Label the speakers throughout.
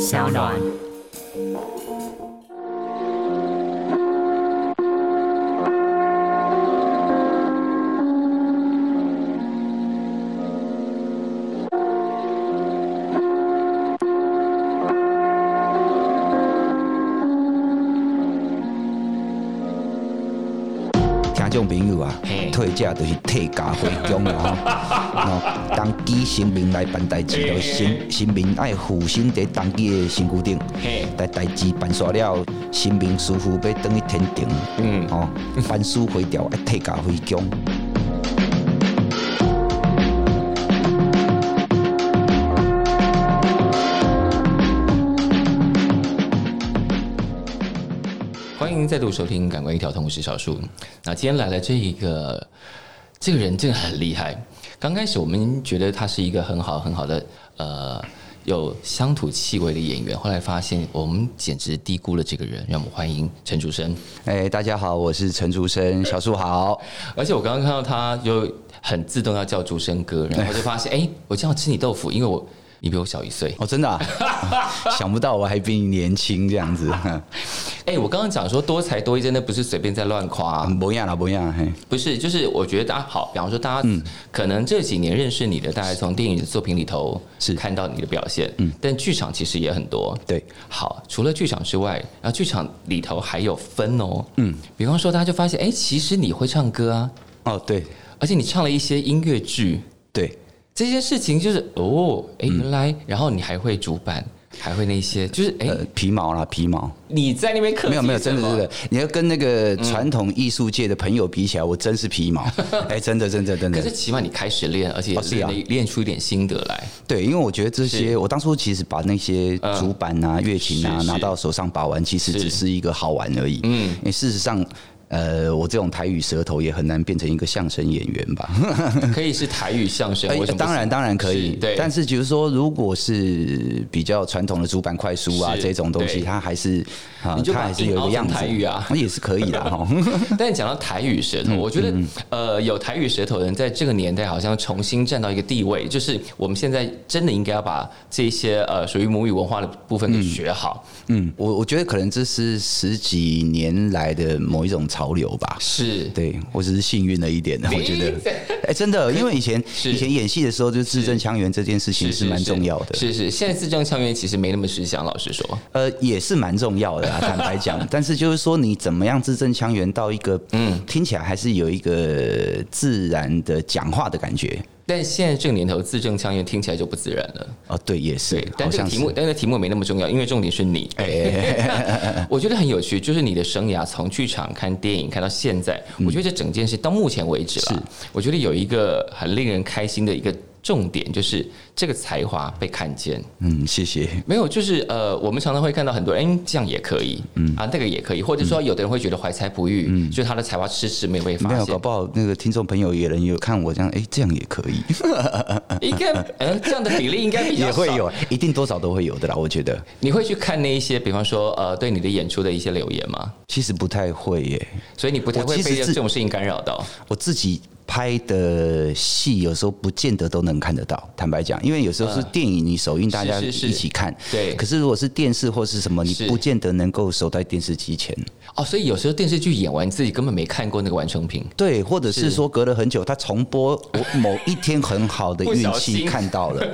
Speaker 1: 小暖。
Speaker 2: 听众朋友啊
Speaker 1: 嘿，
Speaker 2: 退价就是退价回宫啦吼。喏，当机新民来办代志，就新新民爱负身伫当机的身躯顶
Speaker 1: 嘿。
Speaker 2: 代代志办煞了，新民师傅要等去天庭，嗯，吼，凡事回调爱退价回宫。
Speaker 1: 欢迎再度收听《感官一条通》，我是小树。那今天来了这一个，这个人真的很厉害。刚开始我们觉得他是一个很好很好的呃有乡土气味的演员，后来发现我们简直低估了这个人。让我们欢迎陈竹生。
Speaker 2: 哎、大家好，我是陈竹生，小树好。
Speaker 1: 而且我刚刚看到他就很自动要叫竹生哥，然后就发现哎、我这样吃你豆腐，因为我你比我小一岁。
Speaker 2: 哦，真的、啊，想不到我还比你年轻这样子，
Speaker 1: 哎、我刚刚讲说多才多艺，真的不是随便在乱
Speaker 2: 啊
Speaker 1: 夸、啊
Speaker 2: 不一样啦，不一样，嘿，
Speaker 1: 不是，就是我觉得大家好，比方说大家
Speaker 2: 嗯
Speaker 1: 可能这几年认识你的，大概从电影的作品里头
Speaker 2: 是
Speaker 1: 看到你的表现，嗯，但剧场其实也很多。
Speaker 2: 对，
Speaker 1: 好，除了剧场之外，然后剧场里头还有分哦，嗯，比方说大家就发现，哎、其实你会唱歌啊，
Speaker 2: 哦，对，
Speaker 1: 而且你唱了一些音乐剧，
Speaker 2: 对，
Speaker 1: 这些事情就是哦，哎、原来，然后你还会主板，还会那些，就是哎、
Speaker 2: 呃，皮毛啦，皮毛。
Speaker 1: 你在那边客气
Speaker 2: 没有没有，
Speaker 1: 什
Speaker 2: 真的
Speaker 1: 么
Speaker 2: 真的，你要跟那个传统艺术界的朋友比起来，我真是皮 毛。哎，真的真的真
Speaker 1: 可
Speaker 2: 的
Speaker 1: 是，起码你开始练，而且
Speaker 2: 哦是
Speaker 1: 练
Speaker 2: 啊
Speaker 1: 了练出一点心得来。
Speaker 2: 对，因为我觉得这些，我当初其实把那些主板啊、乐琴啊
Speaker 1: 是是
Speaker 2: 拿到手上把玩，其实
Speaker 1: 是
Speaker 2: 只是一个好玩而已。嗯，因为事实上。呃，我这种台语舌头也很难变成一个相声演员 吧？
Speaker 1: 可以是台语相声，
Speaker 2: 哎
Speaker 1: 为什么不行？
Speaker 2: 当然当然可
Speaker 1: 是
Speaker 2: 以，
Speaker 1: 对，
Speaker 2: 但是就是说，如果是比较传统的主板快书啊
Speaker 1: 是
Speaker 2: 这种东西，
Speaker 1: 对
Speaker 2: 它还是啊
Speaker 1: 你，就
Speaker 2: 它
Speaker 1: 把
Speaker 2: 还是
Speaker 1: 硬
Speaker 2: 有一
Speaker 1: 凹
Speaker 2: 个
Speaker 1: 成
Speaker 2: 样子，
Speaker 1: 台语啊
Speaker 2: 那也是可以哦的哈。
Speaker 1: 但讲到台语舌
Speaker 2: 嗯
Speaker 1: 头，我觉得呃，有台语舌头的人在这个年代好像重新站到一个地位，就是我们现在真的应该要把这些呃属于母语文化的部分给学好。
Speaker 2: 嗯，我我觉得可能这是十几年来的某一种潮流吧。
Speaker 1: 是，
Speaker 2: 对我只是幸运了一点，我觉得，哎、真的，因为以前
Speaker 1: 是
Speaker 2: 以前演戏的时候，就字正腔圆这件事情是蛮重要的，
Speaker 1: 是是，现在字正腔圆其实没那么吃香，老实说，
Speaker 2: 呃，也是蛮重要的、啊，坦白 讲。但是就是说，你怎么样字正腔圆到一个，嗯，听起来还是有一个自然的讲话的感觉。
Speaker 1: 但现在这个年头字正腔圆听起来就不自然了。
Speaker 2: 哦，对，也是
Speaker 1: 对，，但
Speaker 2: 好
Speaker 1: 这个
Speaker 2: 像
Speaker 1: 题
Speaker 2: 是
Speaker 1: 目，但这个题目没那么重要，因为重点是你。
Speaker 2: 哎
Speaker 1: 我觉得很有趣，就是你的生涯从剧场看电影看到现在，
Speaker 2: 嗯
Speaker 1: 我觉得这整件事到目前为止了，我觉得有一个很令人开心的一个重点，就是这个才华被看见。
Speaker 2: 嗯，谢谢。
Speaker 1: 没有，就是呃，我们常常会看到很多人，哎，这样也可以，
Speaker 2: 嗯
Speaker 1: 啊，那个也可以，或者说有的人会觉得怀才不遇，就是他的才华迟迟没有被
Speaker 2: 没
Speaker 1: 发
Speaker 2: 有，搞
Speaker 1: 现。
Speaker 2: 不好那个听众朋友也能有看我这样，哎、这样也可以，
Speaker 1: 应该，呃，这样的比例应该比 较
Speaker 2: 也会
Speaker 1: 少
Speaker 2: 有，一定多少都会有的啦，我觉得。
Speaker 1: 你会去看那一些，比方说，呃，对你的演出的一些留言吗？
Speaker 2: 其实不太会耶，
Speaker 1: 所以你不太
Speaker 2: 我
Speaker 1: 会
Speaker 2: 其
Speaker 1: 被
Speaker 2: 实
Speaker 1: 这
Speaker 2: 自
Speaker 1: 种事情干扰到。
Speaker 2: 我自己拍的戏有时候不见得都能看得到。坦白讲，因为有时候是电影，你首映大家
Speaker 1: 是是是
Speaker 2: 一起看，
Speaker 1: 对
Speaker 2: 可是如果是电视或是什么，你
Speaker 1: 是
Speaker 2: 不见得能够守在电视机前。
Speaker 1: 哦，所以有时候电视剧演完，自己根本没看过那个完成品。
Speaker 2: 对，或者是说隔了很久，他重播，我某一天很好的
Speaker 1: 不
Speaker 2: 运
Speaker 1: 小
Speaker 2: 气
Speaker 1: 心
Speaker 2: 看到 了。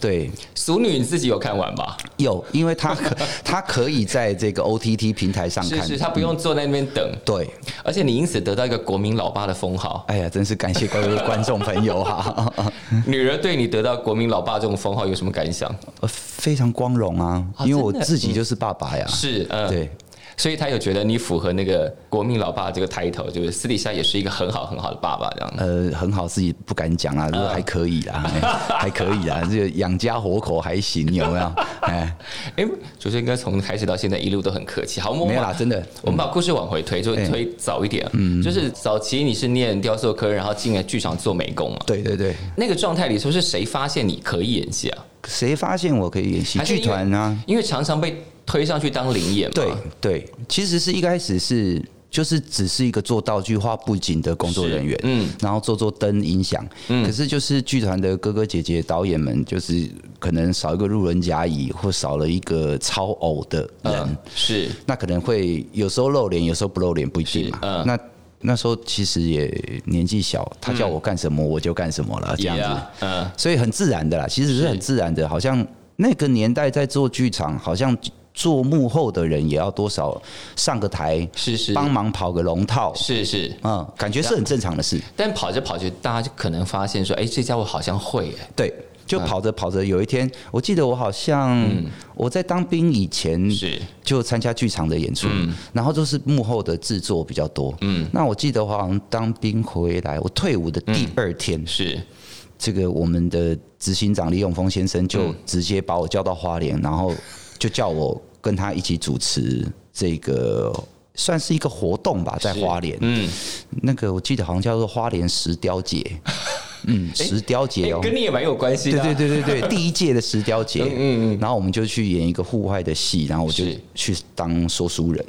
Speaker 2: 对，
Speaker 1: 俗女你自己有看完吧？
Speaker 2: 有，因为他 可他可以在这个 OTT 平台上
Speaker 1: 是
Speaker 2: 看
Speaker 1: 是，。她不用坐在那边等，
Speaker 2: 对，
Speaker 1: 而且你因此得到一个国民老爸的封号。
Speaker 2: 哎呀，真是感谢各位观众朋友啊 哈、
Speaker 1: 女儿对你得到国民老爸这种封号有什么感想？
Speaker 2: 呃非常光荣啊，
Speaker 1: 啊
Speaker 2: 因为我
Speaker 1: 真的
Speaker 2: 自己就是爸爸呀。
Speaker 1: 是，嗯，
Speaker 2: 对，
Speaker 1: 所以她有觉得你符合那个国民老爸这个 title，就是私底下也是一个很好很好的爸爸这样。
Speaker 2: 呃，很好，自己不敢讲啦，
Speaker 1: 啊
Speaker 2: 如果还可以啦， 哎还可以啦，这个养家活口还行，有没有？ 哎，
Speaker 1: 哎，主持人哥从开始到现在一路都很客气，好，我
Speaker 2: 没
Speaker 1: 们
Speaker 2: 有
Speaker 1: 把
Speaker 2: 啦，真的。
Speaker 1: 我们把故事往回推，就推早一点，嗯，就是早期你是念雕塑科，然后进了剧场做美工嘛，
Speaker 2: 对对对，
Speaker 1: 那个状态里头是谁发现你可以演戏啊？
Speaker 2: 谁发现我可以演戏？
Speaker 1: 还是因
Speaker 2: 剧
Speaker 1: 为啊
Speaker 2: 团啊，
Speaker 1: 因为常常被推上去当零演嘛。
Speaker 2: 对对，其实是一开始是就是只是一个做道具、画布景的工作人员，嗯，然后做做灯、音响，嗯，可是就是剧团的哥哥姐姐、导演们，就是可能少一个路人甲乙，或少了一个超偶的人，
Speaker 1: 嗯，是
Speaker 2: 那可能会有时候露脸，有时候不露脸，不一定嘛。
Speaker 1: 嗯
Speaker 2: 那那时候其实也年纪小，他叫我干什么我就干什么了，这样子
Speaker 1: Yeah，嗯，
Speaker 2: 所以很自然的啦，其实是很自然的。好像那个年代在做剧场，好像做幕后的人也要多少上个台，
Speaker 1: 是是
Speaker 2: 帮忙跑个龙套，
Speaker 1: 是是，
Speaker 2: 嗯，感觉是很正常的事。
Speaker 1: 但跑着跑着，大家就可能发现说，哎，这家伙好像会，哎，
Speaker 2: 对，就跑着跑着，有一天，我记得我好像
Speaker 1: 嗯
Speaker 2: 我在当兵以前
Speaker 1: 是
Speaker 2: 就参加剧场的演出，
Speaker 1: 嗯
Speaker 2: 然后就是幕后的制作比较多。嗯，那我记得我好像当兵回来，我退伍的第二天，
Speaker 1: 是
Speaker 2: 这个我们的执行长李永峰先生
Speaker 1: 嗯
Speaker 2: 就直接把我叫到花莲，然后就叫我跟他一起主持这个。算是一个活动吧，在
Speaker 1: 是
Speaker 2: 花莲，
Speaker 1: 嗯，
Speaker 2: 那个我记得好像叫做花莲石雕节，嗯， 石雕节哦
Speaker 1: 哎，跟你也蛮有关系的啊，
Speaker 2: 对对对对对，第一届的石雕节，嗯嗯，然后我们就去演一个户外的戏，然后我就是去当说书人，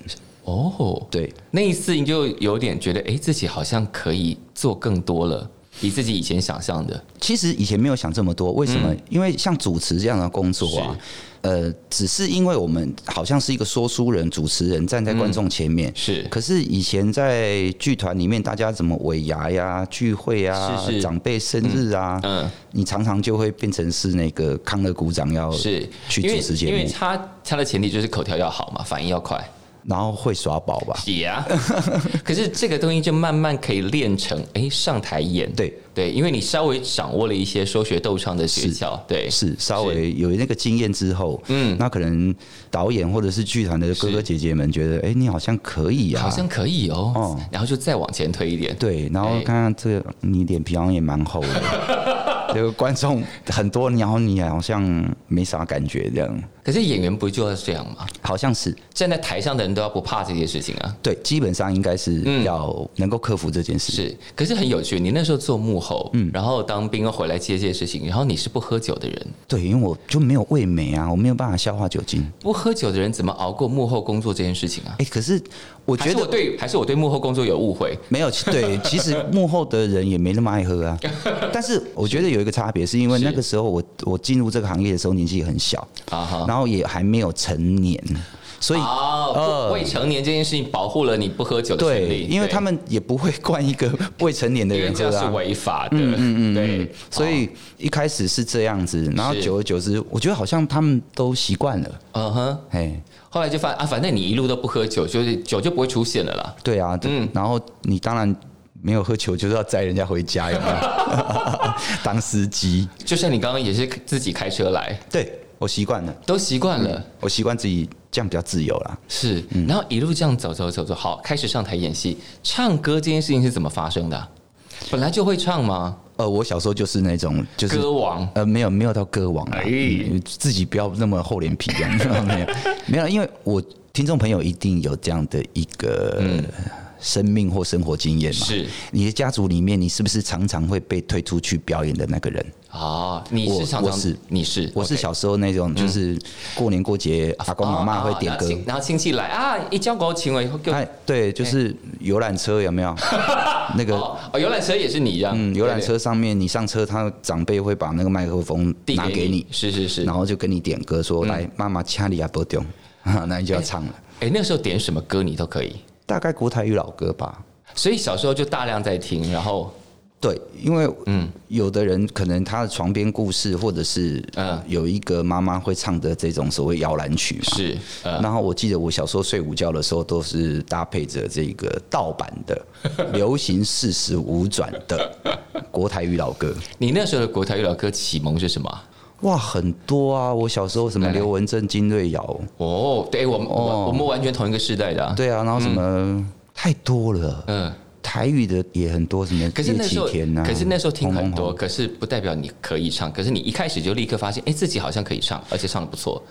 Speaker 1: 哦，
Speaker 2: 对
Speaker 1: 那一次你就有点觉得，哎，自己好像可以做更多了，比自己以前想象的，
Speaker 2: 其实以前没有想这么多，为什么？因为像主持这样的工作啊，呃，只是因为我们好像是一个说书人、主持人站在观众前面。
Speaker 1: 是
Speaker 2: 可是以前在剧团里面，大家怎么尾牙呀、聚会啊、
Speaker 1: 是是
Speaker 2: 长辈生日啊，
Speaker 1: 嗯嗯
Speaker 2: 你常常就会变成是那个康乐鼓掌要
Speaker 1: 是，
Speaker 2: 哦去
Speaker 1: 因为
Speaker 2: 主持节
Speaker 1: 因为
Speaker 2: 目，
Speaker 1: 他他的前提就是口条要好嘛，反应要快。
Speaker 2: 然后会耍宝吧？
Speaker 1: 也 啊，可是这个东西就慢慢可以练成，哎、上台演，
Speaker 2: 对
Speaker 1: 对，因为你稍微掌握了一些说学逗唱的诀窍，对，
Speaker 2: 是稍微有那个经验之后，嗯，那可能导演或者是剧团的哥哥姐姐们觉得，哎、你好像可以啊，
Speaker 1: 好像可以哦、
Speaker 2: 哦
Speaker 1: 然后就再往前推一点，
Speaker 2: 对，然后
Speaker 1: 哎
Speaker 2: 看看这个，你脸皮好像也蛮厚的， 这个观众很多，然后你好像没啥感觉这样，
Speaker 1: 可是演员不就是这样吗？
Speaker 2: 好像是
Speaker 1: 站在台上的人都要不怕这些事情啊，
Speaker 2: 对，基本上应该是要能够克服这件事。
Speaker 1: 是，可是很有趣，你那时候做幕后，
Speaker 2: 嗯
Speaker 1: 然后当兵回来接这些事情，然后你是不喝酒的人，
Speaker 2: 对，因为我就没有味美啊，我没有办法消化酒精。
Speaker 1: 不喝酒的人怎么熬过幕后工作这件事情啊？
Speaker 2: 哎、可是我
Speaker 1: 还
Speaker 2: 觉
Speaker 1: 是我
Speaker 2: 得
Speaker 1: 对，还是我对幕后工作有误会？
Speaker 2: 没有，对，其实幕后的人也没那么爱喝 啊。但是我觉得有一个差别，是因为
Speaker 1: 是
Speaker 2: 那个时候我我进入这个行业的时候年纪很小，
Speaker 1: 啊哈。
Speaker 2: 然后也还没有成年，所以
Speaker 1: 哦，
Speaker 2: 呃
Speaker 1: 不未成年这件事情保护了你不喝酒的
Speaker 2: 对，
Speaker 1: 权利，
Speaker 2: 因为
Speaker 1: 对
Speaker 2: 他们也不会灌一个未成年的
Speaker 1: 因为
Speaker 2: 人
Speaker 1: 这
Speaker 2: 喝
Speaker 1: 样是
Speaker 2: 啊。
Speaker 1: 违法的，嗯嗯对，
Speaker 2: 所以一开始是这样子，然后
Speaker 1: 是
Speaker 2: 久而久之，我觉得好像他们都习惯了。
Speaker 1: 嗯哼，
Speaker 2: 哎，
Speaker 1: 后来就发现啊，反正你一路都不喝酒，就是酒就不会出现了啦。
Speaker 2: 对啊，
Speaker 1: 嗯
Speaker 2: 然后你当然没有喝酒，就是要载人家回家，有没有？当司机，
Speaker 1: 就像你刚刚也是自己开车来，
Speaker 2: 对我习惯了，
Speaker 1: 都习惯了，
Speaker 2: 我习惯自己这样比较自由啦。
Speaker 1: 是，
Speaker 2: 嗯
Speaker 1: 然后一路这样走走走走，好，开始上台演戏，唱歌这件事情是怎么发生的啊、本来就会唱吗？
Speaker 2: 呃，我小时候就是那种，就是
Speaker 1: 歌王
Speaker 2: 呃，没有没有到歌王啦，
Speaker 1: 哎
Speaker 2: 嗯自己不要那么厚脸皮这样， 没有没有，因为我听众朋友一定有这样的一个生命或生活经验嘛。
Speaker 1: 嗯是
Speaker 2: 你的家族里面，你是不是常常会被推出去表演的那个人？
Speaker 1: 啊，你
Speaker 2: 我
Speaker 1: 是常常
Speaker 2: 我是
Speaker 1: 你是啊
Speaker 2: 我是
Speaker 1: OK 嗯
Speaker 2: 小时候那种，就是过年过节，阿公阿妈会点歌
Speaker 1: 啊啊然后，亲然后亲戚来啊，一交给我请我就
Speaker 2: 哎，对，就是游览车有没 有？那个
Speaker 1: 哦，哦游览车也是你这样，
Speaker 2: 嗯，游览
Speaker 1: 对
Speaker 2: 车上面你上车，他长辈会把那个麦克风
Speaker 1: 对递
Speaker 2: 拿给你，嗯
Speaker 1: 是是是。
Speaker 2: 然后就跟你点歌说：“来，妈妈掐你阿伯丢。” 那你就要唱了。
Speaker 1: 哎、那时候点什么歌你都可以，
Speaker 2: 大概国台语老歌吧。
Speaker 1: 所以小时候就大量在听，然后
Speaker 2: 对，因为嗯，有的人可能他的床边故事，或者是呃
Speaker 1: 嗯
Speaker 2: 有一个妈妈会唱的这种所谓摇篮曲嘛。
Speaker 1: 是呃
Speaker 2: 然后我记得我小时候睡午觉的时候，都是搭配着这个盗版 的流行四十五转的国台语老歌。
Speaker 1: 你那时候的国台语老歌启蒙是什么啊？
Speaker 2: 哇，很多啊！我小时候什么
Speaker 1: 来来
Speaker 2: 刘文正、金瑞瑶，
Speaker 1: 哦，对，我们、我
Speaker 2: 哦
Speaker 1: 我们完全同一个世代的、啊，
Speaker 2: 对啊，然后什么、太多了。
Speaker 1: 嗯、
Speaker 2: 台语的也很多，什么
Speaker 1: 可是
Speaker 2: 叶
Speaker 1: 那时
Speaker 2: 启
Speaker 1: 候，
Speaker 2: 田呐，
Speaker 1: 可是那时候听很
Speaker 2: 洪
Speaker 1: 多，
Speaker 2: 洪
Speaker 1: 可是不代表你可以唱。可是你一开始就立刻发现，哎、自己好像可以唱，而且唱的不错。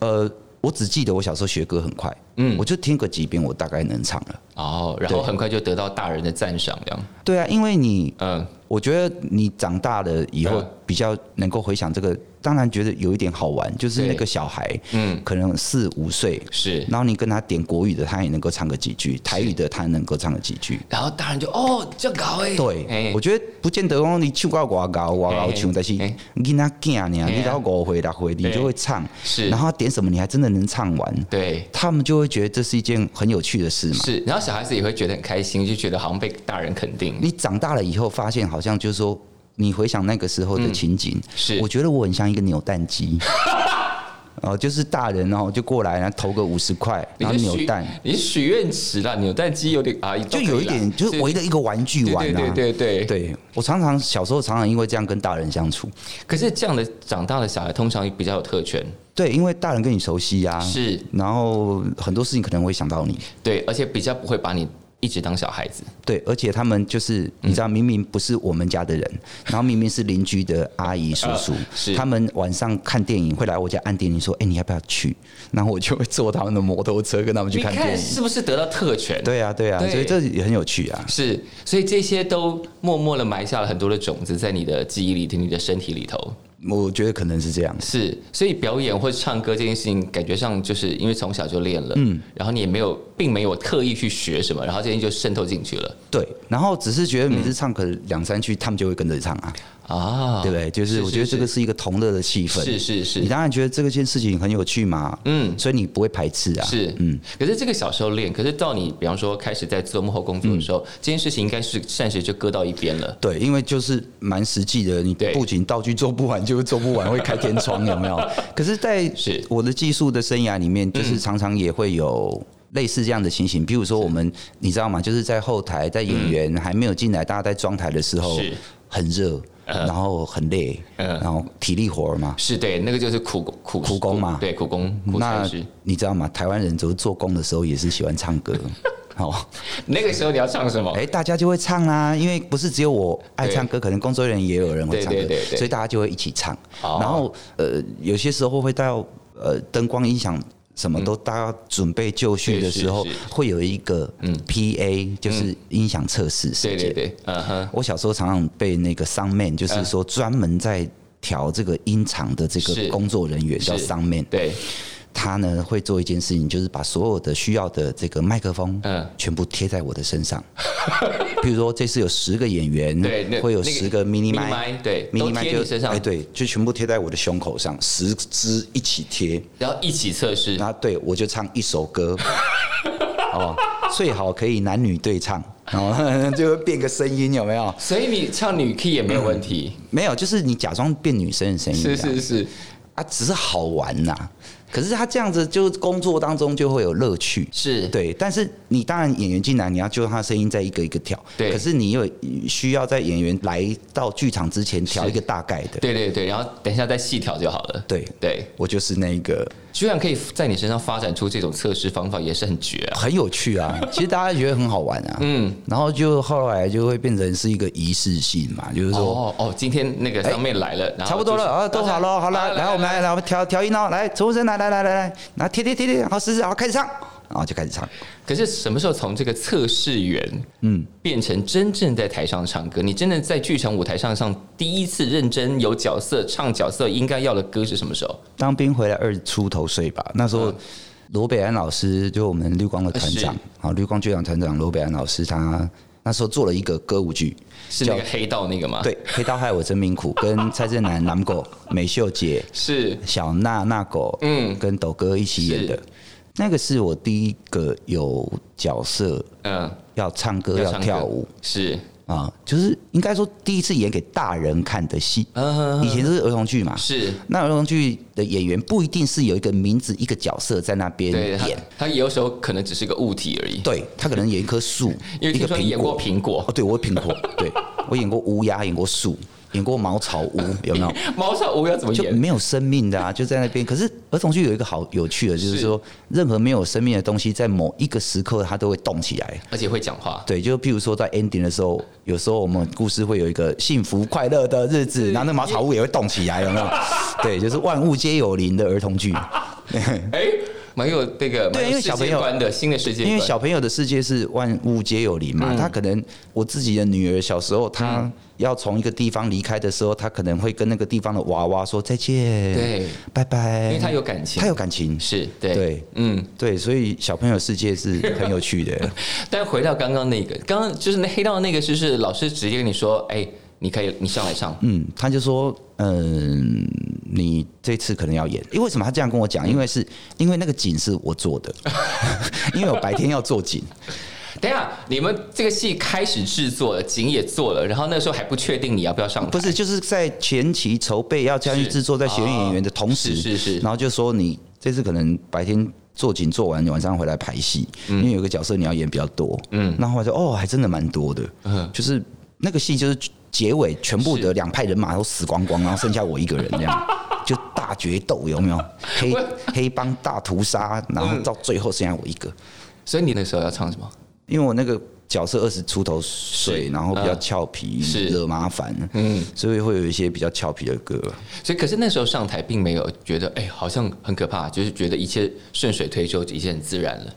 Speaker 2: 呃，我只记得我小时候学歌很快，嗯，我就听个几遍，我大概能唱了。
Speaker 1: 哦，然后
Speaker 2: 对
Speaker 1: 很快就得到大人的赞赏，这样。
Speaker 2: 对啊，因为你
Speaker 1: 嗯，
Speaker 2: 我觉得你长大了以后
Speaker 1: 嗯
Speaker 2: 比较能够回想这个，当然觉得有一点好玩，就是那个小孩，
Speaker 1: 嗯
Speaker 2: 嗯，可能四五岁，
Speaker 1: 是，
Speaker 2: 然后你跟他点国语的，他也能够唱个几句；台语的，他能够唱个几句。
Speaker 1: 然后大人就哦这样搞哎，
Speaker 2: 对，
Speaker 1: 哎
Speaker 2: 我觉得不见得哦，你唱到我高我高唱，
Speaker 1: 嘿
Speaker 2: 但是
Speaker 1: 嘿
Speaker 2: 你那囝呢，
Speaker 1: 嘿啊
Speaker 2: 你到五回六回，你就会唱。
Speaker 1: 是
Speaker 2: 然后他点什么，你还真的能唱完。
Speaker 1: 对。
Speaker 2: 他们就会觉得这是一件很有趣的事嘛。
Speaker 1: 是，然后小孩子也会觉得很开心，就觉得好像被大人肯定。
Speaker 2: 你长大了以后，发现好像就是说，你回想那个时候的情景，
Speaker 1: 嗯是
Speaker 2: 我觉得我很像一个扭蛋 机。哦，就是大人哦，就过来，然后投个五十块，然后
Speaker 1: 你是
Speaker 2: 扭
Speaker 1: 许
Speaker 2: 蛋，
Speaker 1: 你是许愿池啦，扭蛋机有点啊，都
Speaker 2: 就
Speaker 1: 可以啦
Speaker 2: 有一点就是围着一个玩具
Speaker 1: 对
Speaker 2: 玩
Speaker 1: 对
Speaker 2: 啊。
Speaker 1: 对对对
Speaker 2: 对我常常小时候常常因为这样跟大人相处，
Speaker 1: 可是这样的长大的小孩通常比较有特权，
Speaker 2: 对，因为大人跟你熟悉啊呀、
Speaker 1: 是
Speaker 2: 然后很多事情可能会想到你，
Speaker 1: 对，而且比较不会把你一直当小孩子。
Speaker 2: 对，而且他们就是你知道，明明不是我们家的人， 然后明明是邻居的阿姨叔叔，
Speaker 1: 啊是
Speaker 2: 他们晚上看电影会来我家按电铃说，哎、你要不要去？然后我就会坐他们的摩托车跟他们去
Speaker 1: 你
Speaker 2: 看
Speaker 1: 看
Speaker 2: 电影。
Speaker 1: 是不是得到特权？
Speaker 2: 对啊，对啊，
Speaker 1: 对
Speaker 2: 所以这也很有趣啊。
Speaker 1: 是，所以这些都默默的埋下了很多的种子在你的记忆里头、你的身体里头。
Speaker 2: 我觉得可能是这样，
Speaker 1: 是，所以表演或唱歌这件事情，感觉上就是因为从小就练了，嗯，然后你也没有，并没有特意去学什么，然后这些就渗透进去了
Speaker 2: 对。然后只是觉得每次唱个两三句，他们就会跟着唱啊，
Speaker 1: 啊，
Speaker 2: 对不对？就是我觉得这个是一个同乐的气氛。
Speaker 1: 是是
Speaker 2: 你
Speaker 1: 是，
Speaker 2: 当然觉得这个件事情很有趣嘛，
Speaker 1: 嗯。
Speaker 2: 所以你不会排斥啊。
Speaker 1: 是，嗯，可是这个小时候练，可是到你比方说开始在做幕后工作的时
Speaker 2: 嗯
Speaker 1: 候，这件事情应该是暂时就搁到一边了。
Speaker 2: 对，因为就是蛮实际的，你
Speaker 1: 对
Speaker 2: 不仅道具做不完，就是做不完，会开天窗，有没 有？可是，在
Speaker 1: 是嗯
Speaker 2: 我的技术的生涯里面，就是常常也会有。类似这样的情形，比如说我们，你知道吗？就是在后台，在演员还没有进来，大家在装台的时候
Speaker 1: 嗯是，呃
Speaker 2: 很热，然后很累，然后体力活儿嘛。
Speaker 1: 是对，那个就是苦工苦
Speaker 2: 苦工嘛
Speaker 1: 对，苦工苦差
Speaker 2: 那
Speaker 1: 事。
Speaker 2: 你知道吗？台湾人就是做工的时候也是喜欢唱 歌，哦，
Speaker 1: 那个时候你要唱什么？
Speaker 2: 哎、大家就会唱啊，因为不是只有我爱唱歌，可能工作人员也有人会唱歌，
Speaker 1: 对对对对
Speaker 2: 所以大家就会一起唱。
Speaker 1: 哦
Speaker 2: 然后呃，有些时候会到呃灯光音响。什么都大家准备就绪的时候
Speaker 1: 是是，
Speaker 2: 会有一个 PA，就是音响测试时
Speaker 1: 对
Speaker 2: 间。
Speaker 1: 对嗯对，嗯哼，
Speaker 2: 我小时候常常被那个 sound man，就是说专门在调这个音场的这
Speaker 1: 是
Speaker 2: 个工作人员叫
Speaker 1: 是
Speaker 2: sound man，
Speaker 1: 对，
Speaker 2: 他呢会做一件事情，就是把所有的需要的这个麦克风，
Speaker 1: 嗯
Speaker 2: 嗯，全部贴在我的身上。 比如说这次有十个演员，
Speaker 1: 对那
Speaker 2: 会有
Speaker 1: 那个
Speaker 2: 十个 mini 麦，
Speaker 1: mini mic，对都贴你身上
Speaker 2: 哎，对，就全部贴在我的胸口上，十支一起贴。
Speaker 1: 然后一起测试，
Speaker 2: 然后对我就唱一首歌，好不好？最好可以男女对唱，然后 就会变个声音，有没有？
Speaker 1: 所以你唱女 key 也没有问题，
Speaker 2: 没有，就是你假装变女生的声音，
Speaker 1: 是是是，
Speaker 2: 啊，只是好玩呐、可是他这样子，就工作当中就会有乐趣，
Speaker 1: 是
Speaker 2: 对。但是你当然演员进来，你要就他声音再一个一个调，
Speaker 1: 对
Speaker 2: 可是你有需要在演员来到剧场之前调一个大概的，
Speaker 1: 对对对，然后等一下再细调就好了。
Speaker 2: 对
Speaker 1: 对，
Speaker 2: 我就是那个
Speaker 1: 居然可以在你身上发展出这种测试方法，也是很绝啊！
Speaker 2: 很有趣 啊。其实大家觉得很好玩啊，嗯。然后就后来就会变成是一个仪式性嘛，就是说。
Speaker 1: 哦哦，今天那个上面来了，然后
Speaker 2: 差不多了
Speaker 1: 就是
Speaker 2: 啊，都好了，好了，来，我们来，来，我们调调音哦，来，重生，来来来来来，然后贴贴贴贴，好，试试，好，开始唱，然后就开始唱。
Speaker 1: 可是什么时候从这个测试员，嗯，变成真正在台上唱歌？你真的在剧场舞台上上第一次认真有角色唱角色应该要的歌是什么时候？
Speaker 2: 当兵回来二十出头岁吧，那时候罗北安老师就我们绿光的团长
Speaker 1: 是，
Speaker 2: 嗯啊，绿光剧场团长罗北安老师，他那时候做了一个歌舞剧，
Speaker 1: 是那个黑道那个吗？，
Speaker 2: 对《黑道害我真命苦》，跟蔡振南、南狗、美秀姐、
Speaker 1: 是
Speaker 2: 小娜、娜狗，
Speaker 1: 嗯
Speaker 2: 嗯，跟斗哥一起演的
Speaker 1: 是，
Speaker 2: 那个是我第一个有角色
Speaker 1: 嗯，
Speaker 2: 要唱歌要
Speaker 1: 唱歌
Speaker 2: 跳舞
Speaker 1: 是，
Speaker 2: 啊，就是应该说第一次演给大人看的戏，
Speaker 1: 嗯，
Speaker 2: 以前都是儿童剧嘛，
Speaker 1: 是。
Speaker 2: 那儿童剧的演员不一定是有一个名字、一个角色在那边
Speaker 1: 对他
Speaker 2: 演，，
Speaker 1: 他有时候可能只是个物体而已。
Speaker 2: 对他可能演一棵树，
Speaker 1: 因为
Speaker 2: 一
Speaker 1: 听
Speaker 2: 个
Speaker 1: 说你
Speaker 2: 苹
Speaker 1: 演过
Speaker 2: 果。
Speaker 1: 苹果
Speaker 2: 哦，，对我苹果，对我演过乌鸦，演过树，演过茅草屋，有没有？
Speaker 1: 猫少无要怎么
Speaker 2: 就
Speaker 1: 演？
Speaker 2: 没有生命的啊，就在那边。可是儿童剧有一个好有趣的，就是
Speaker 1: 是
Speaker 2: 说任何没有生命的东西，在某一个时刻它都会动起来。
Speaker 1: 而且会讲话。
Speaker 2: 对，就譬如说在 ending 的时候，有时候我们故事会有一个幸福快乐的日子，然后那茅草屋也会动起来，有没有？对，就是万物皆有灵的儿童剧。
Speaker 1: 哎、蛮有这个
Speaker 2: 对
Speaker 1: 蛮有
Speaker 2: 因为小朋友
Speaker 1: 世界观的新的世界观，
Speaker 2: 因为小朋友的世界是万物皆有灵嘛，他可能我自己的女儿小时候，她要从一个地方离开的时候，她可能会跟那个地方的娃娃说再见，
Speaker 1: 对，
Speaker 2: 拜拜，
Speaker 1: 因为他有感情
Speaker 2: 她哎有感情，
Speaker 1: 是对
Speaker 2: 对
Speaker 1: 嗯。
Speaker 2: 对，所以小朋友世界是很有趣的。
Speaker 1: 但回到刚刚那个，刚刚就是那黑道那个，就是老师直接跟你说，哎、你可以，你上来唱，
Speaker 2: 嗯，他就说，嗯，你这次可能要演，因为为什么他这样跟我讲？因为是因为那个景是我做的， 因为我白天要做景，
Speaker 1: 等一下，你们这个戏开始制作了，景也做了，然后那时候还不确定你要不要上台，
Speaker 2: 不是就是在前期筹备要参与
Speaker 1: 是啊
Speaker 2: 制作，在选演员的同时，
Speaker 1: 是是是
Speaker 2: 然后就说你这次可能白天。做景做完，晚上回来排戏，
Speaker 1: 嗯
Speaker 2: 因为有个角色你要演比较多，嗯，然后我就哦，还真的蛮多的，嗯，就是那个戏就是结尾全部的
Speaker 1: 是
Speaker 2: 两派人马都死光光，然后剩下我一个人这 样，就大决斗有没有？黑黑帮大屠杀，然
Speaker 1: 嗯
Speaker 2: 后到最后剩下我一个，
Speaker 1: 所以你那时候要唱什么？
Speaker 2: 因为我那个角色二十出头岁，然后比较俏皮，
Speaker 1: 嗯是
Speaker 2: 惹麻烦，嗯，所以会有一些比较俏皮的歌。
Speaker 1: 所以，可是那时候上台并没有觉得，哎、好像很可怕，就是觉得一切顺水推舟，一切很自然了。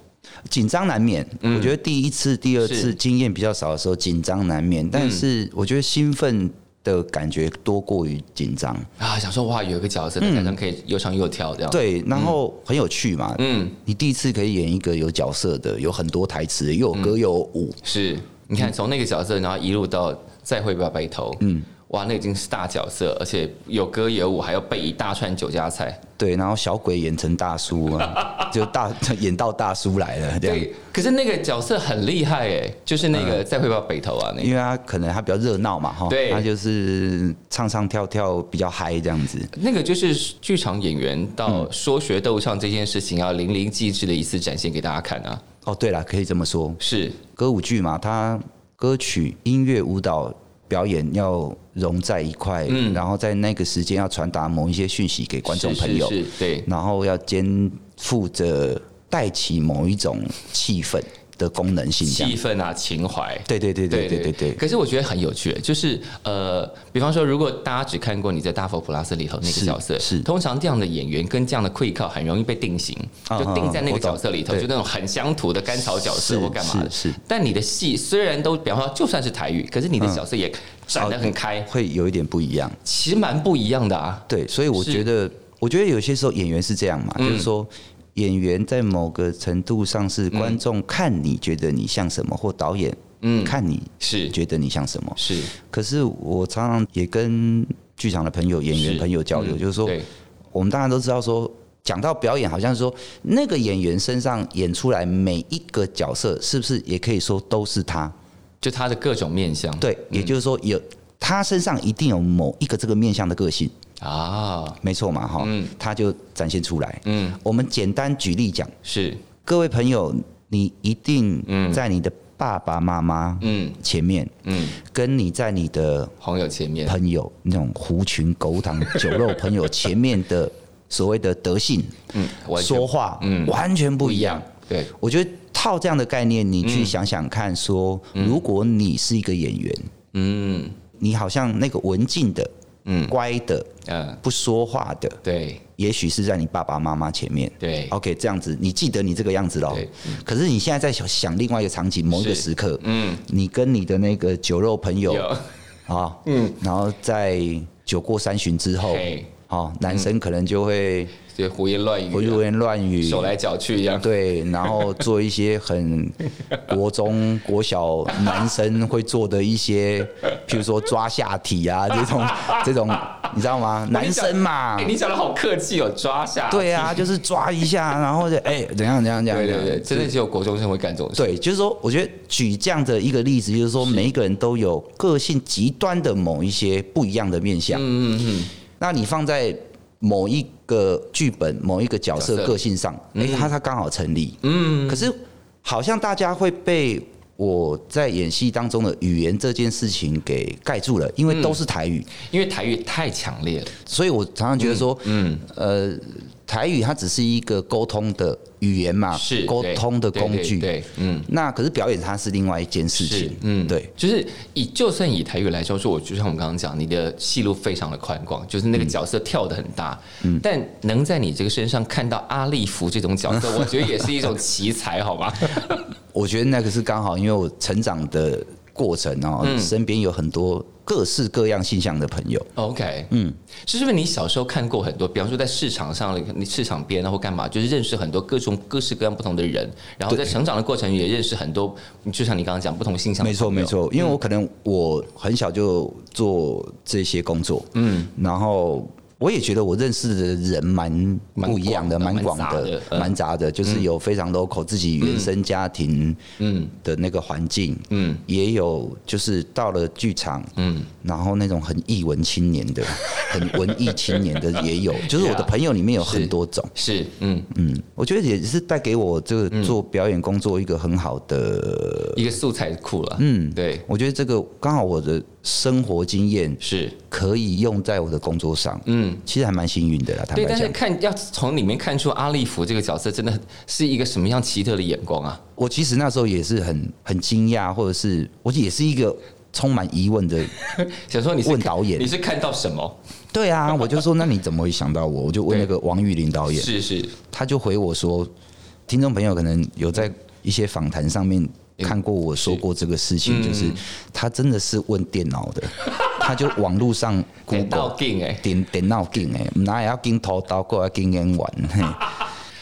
Speaker 2: 紧张难免，我觉得第一次、第二次
Speaker 1: 是
Speaker 2: 经验比较少的时候，紧张难免，但是我觉得兴奋的感觉多过于紧张。
Speaker 1: 啊，想说哇，有一个角色在台上可以又唱又跳这样。，
Speaker 2: 对，然后很有趣嘛，
Speaker 1: 嗯，
Speaker 2: 你第一次可以演一个有角色的，有很多台词，又有歌又有舞，
Speaker 1: 是，你看从那个角色，然后一路到再会吧白头，嗯，哇，那已经是大角色，而且有歌有舞，还要背一大串酒家菜。
Speaker 2: 对，然后小鬼演成大叔 啊，就大演到大叔来了这样。
Speaker 1: 对，可是那个角色很厉害哎，就是那个再会吧北头啊，那
Speaker 2: 因
Speaker 1: 个
Speaker 2: 为他可能他比较热闹嘛，哈，
Speaker 1: 对
Speaker 2: 他就是唱唱跳跳比较嗨这样子，
Speaker 1: 那个就是剧场演员到说学逗唱这件事情要淋漓尽致的一次展现给大家看啊，
Speaker 2: 哦，对了，可以这么说，
Speaker 1: 是
Speaker 2: 歌舞剧嘛，它歌曲、音乐、舞蹈表演要融在一块，
Speaker 1: 嗯
Speaker 2: 然后在那个时间要传达某一些讯息给观众
Speaker 1: 是
Speaker 2: 朋友，
Speaker 1: 是是对。
Speaker 2: 然后要肩负着带起某一种气氛的功能性，这
Speaker 1: 气
Speaker 2: 样。
Speaker 1: 氛啊，情怀。
Speaker 2: 对对对对对对对，
Speaker 1: 可是我觉得很有趣，就是呃，比方说，如果大家只看过你在《大佛普拉斯》里头那
Speaker 2: 是
Speaker 1: 个角色，
Speaker 2: 是
Speaker 1: 通常这样的演员跟这样的 quick 靠很容易被定型，
Speaker 2: 啊
Speaker 1: 就定在那
Speaker 2: 我
Speaker 1: 个
Speaker 2: 懂
Speaker 1: 角色里头，
Speaker 2: 对
Speaker 1: 就那种很乡土的甘草角
Speaker 2: 啊是
Speaker 1: 色或干嘛的。
Speaker 2: 是是
Speaker 1: 但你的戏虽然都，比方说就算是台语，可是你的角色也展得很开，
Speaker 2: 会有一点不一样。
Speaker 1: 其实蛮不一样的啊。
Speaker 2: 对，所以我
Speaker 1: 是嗯
Speaker 2: 觉得，我觉得有些时候演员是这样嘛，就是说。演员在某个程度上是观众看你觉得你像什么，或导演
Speaker 1: 嗯，
Speaker 2: 看你
Speaker 1: 是
Speaker 2: 觉得你像什么。
Speaker 1: 是
Speaker 2: 可是我常常也跟剧场的朋友、演员
Speaker 1: 是
Speaker 2: 朋友交流，
Speaker 1: 嗯
Speaker 2: 就是说，
Speaker 1: 对
Speaker 2: 我们大家都知道说。讲到表演，好像是说那个演员身上演出来每一个角色，是不是也可以说都是他？
Speaker 1: 就他的各种面相，
Speaker 2: 对，也就是说有他身上一定有某一个这个面向的个性，
Speaker 1: 啊，
Speaker 2: 没错嘛，哈，
Speaker 1: 嗯
Speaker 2: 他就展现出来。
Speaker 1: 嗯，
Speaker 2: 我们简单举例讲，
Speaker 1: 是，
Speaker 2: 各位朋友，你一定
Speaker 1: 嗯
Speaker 2: 在你的爸爸妈妈
Speaker 1: 嗯
Speaker 2: 前面，
Speaker 1: 嗯，
Speaker 2: 跟你在你的
Speaker 1: 朋友前面
Speaker 2: 朋友那种狐群狗党、酒肉朋友前面的所谓的德性、
Speaker 1: 嗯，完全
Speaker 2: 说话，
Speaker 1: 嗯
Speaker 2: 完全不
Speaker 1: 不
Speaker 2: 一
Speaker 1: 一样
Speaker 2: 样。，
Speaker 1: 对，
Speaker 2: 我觉得套这样的概念，你去想想看说如果你是一个演员，
Speaker 1: 嗯
Speaker 2: 你好像那个文静的、
Speaker 1: 嗯
Speaker 2: 乖的、
Speaker 1: 嗯，
Speaker 2: 不说话的，
Speaker 1: 对
Speaker 2: 也许是在你爸爸妈妈前面。
Speaker 1: 对
Speaker 2: OK，这样子，你记得你这个样子喽
Speaker 1: 对。
Speaker 2: 可是你现在在想想另外一个场景，某一个
Speaker 1: 是
Speaker 2: 时刻，
Speaker 1: 嗯
Speaker 2: 你跟你的那个酒肉朋友
Speaker 1: 有
Speaker 2: 啊，嗯，然后在酒过三巡之后，
Speaker 1: 嘿，
Speaker 2: 哦，男生可能就会
Speaker 1: 就胡言乱
Speaker 2: 会
Speaker 1: 语
Speaker 2: 胡言乱
Speaker 1: 啊，
Speaker 2: 语，
Speaker 1: 手来脚去一样，
Speaker 2: 对，然后做一些 很国中、国小男生会做的一些，譬如说抓下体啊这 种这种，你知道吗？男生嘛
Speaker 1: 哎，，你讲的好客气哦，抓下，
Speaker 2: 对啊，就是抓一下，然后就哎、怎样怎样怎样，
Speaker 1: 对对
Speaker 2: 怎样
Speaker 1: 对，真的只有国中生会干这种事，
Speaker 2: 对，就是说，我觉得举这样的一个例子，就是说，每一个人都有个性极端的某一些不一样的面相。
Speaker 1: 嗯嗯嗯，
Speaker 2: 那你放在某一个剧本、某一个角色
Speaker 1: 角色嗯
Speaker 2: 个性上，哎、他他刚好成立。嗯，可是好像大家会被我在演戏当中的语言这件事情给盖住了，
Speaker 1: 嗯
Speaker 2: 因为都是台语，
Speaker 1: 因为台语太强烈了，
Speaker 2: 所以我常常觉得说，嗯，呃，台语它只是一个沟通的语言嘛，
Speaker 1: 是
Speaker 2: 啊沟通的工具。
Speaker 1: 对，对对对嗯，
Speaker 2: 那可是表演它是另外一件事
Speaker 1: 是
Speaker 2: 情，，
Speaker 1: 嗯，
Speaker 2: 对，
Speaker 1: 就是以就算以台语来说，说我就像我们刚刚讲，你的戏路非常的宽广，就是那个角色跳的很大，嗯，但能在你这个身上看到阿利福这种角色，我觉得也是一种奇才，好 吗？
Speaker 2: 我觉得那个是刚好，因为我成长的过程哦、
Speaker 1: 嗯
Speaker 2: 身边有很多各式各样性向的朋友，
Speaker 1: OK，嗯，是不是你小时候看过很多，比方说在市场上，你市场边啊或干嘛，就是认识很多各种各式各样不同的人，然后在成长的过程也认识很多，就像你刚刚讲不同性向，
Speaker 2: 没错没，错，因为我可能我很小就做这些工作，嗯，然后我也觉得我认识的人蛮
Speaker 1: 蛮
Speaker 2: 不一样的，
Speaker 1: 广
Speaker 2: 蛮
Speaker 1: 的
Speaker 2: 广
Speaker 1: 蛮杂
Speaker 2: 的
Speaker 1: 的，嗯
Speaker 2: 蛮杂的，就是有非常 local 自己原生家庭
Speaker 1: 嗯
Speaker 2: 的那个环境，
Speaker 1: 嗯
Speaker 2: 也有就是到了剧场，
Speaker 1: 嗯，
Speaker 2: 然后那种很艺文青年的、很文艺青年的也有，就是我的
Speaker 1: Yeah，
Speaker 2: 朋友里面有
Speaker 1: 是
Speaker 2: 很多种。
Speaker 1: 是，嗯，
Speaker 2: 嗯，我觉得也是带给我这个做表演工作一个很好的，
Speaker 1: 一个素材库了，嗯，对，
Speaker 2: 我觉得这个刚好我的生活经验
Speaker 1: 是，
Speaker 2: 可以用在我的工作上，
Speaker 1: 嗯。
Speaker 2: 其实还蛮幸运的啦。坦
Speaker 1: 对，
Speaker 2: 白
Speaker 1: 但是
Speaker 2: 讲，
Speaker 1: 看要从里面看出阿利福这个角色真的是一个什么样奇特的眼光啊！
Speaker 2: 我其实那时候也是很很惊讶，或者是我也是一个充满疑问的。
Speaker 1: 想说你是
Speaker 2: 问
Speaker 1: 看
Speaker 2: 导演
Speaker 1: 你是看到什么？
Speaker 2: 对啊，我就说那你怎么会想到 我？我就问那个王玉林导演，
Speaker 1: 是是，
Speaker 2: 他就回我说，听众朋友可能有在一些访谈上面看过我说过这个事
Speaker 1: 嗯
Speaker 2: 情，嗯就是他真的是问电脑的， 他就网络 上
Speaker 1: 点到
Speaker 2: Google
Speaker 1: 劲哎，
Speaker 2: 点电脑镜哎，哪也要镜头刀过来镜眼玩，嘿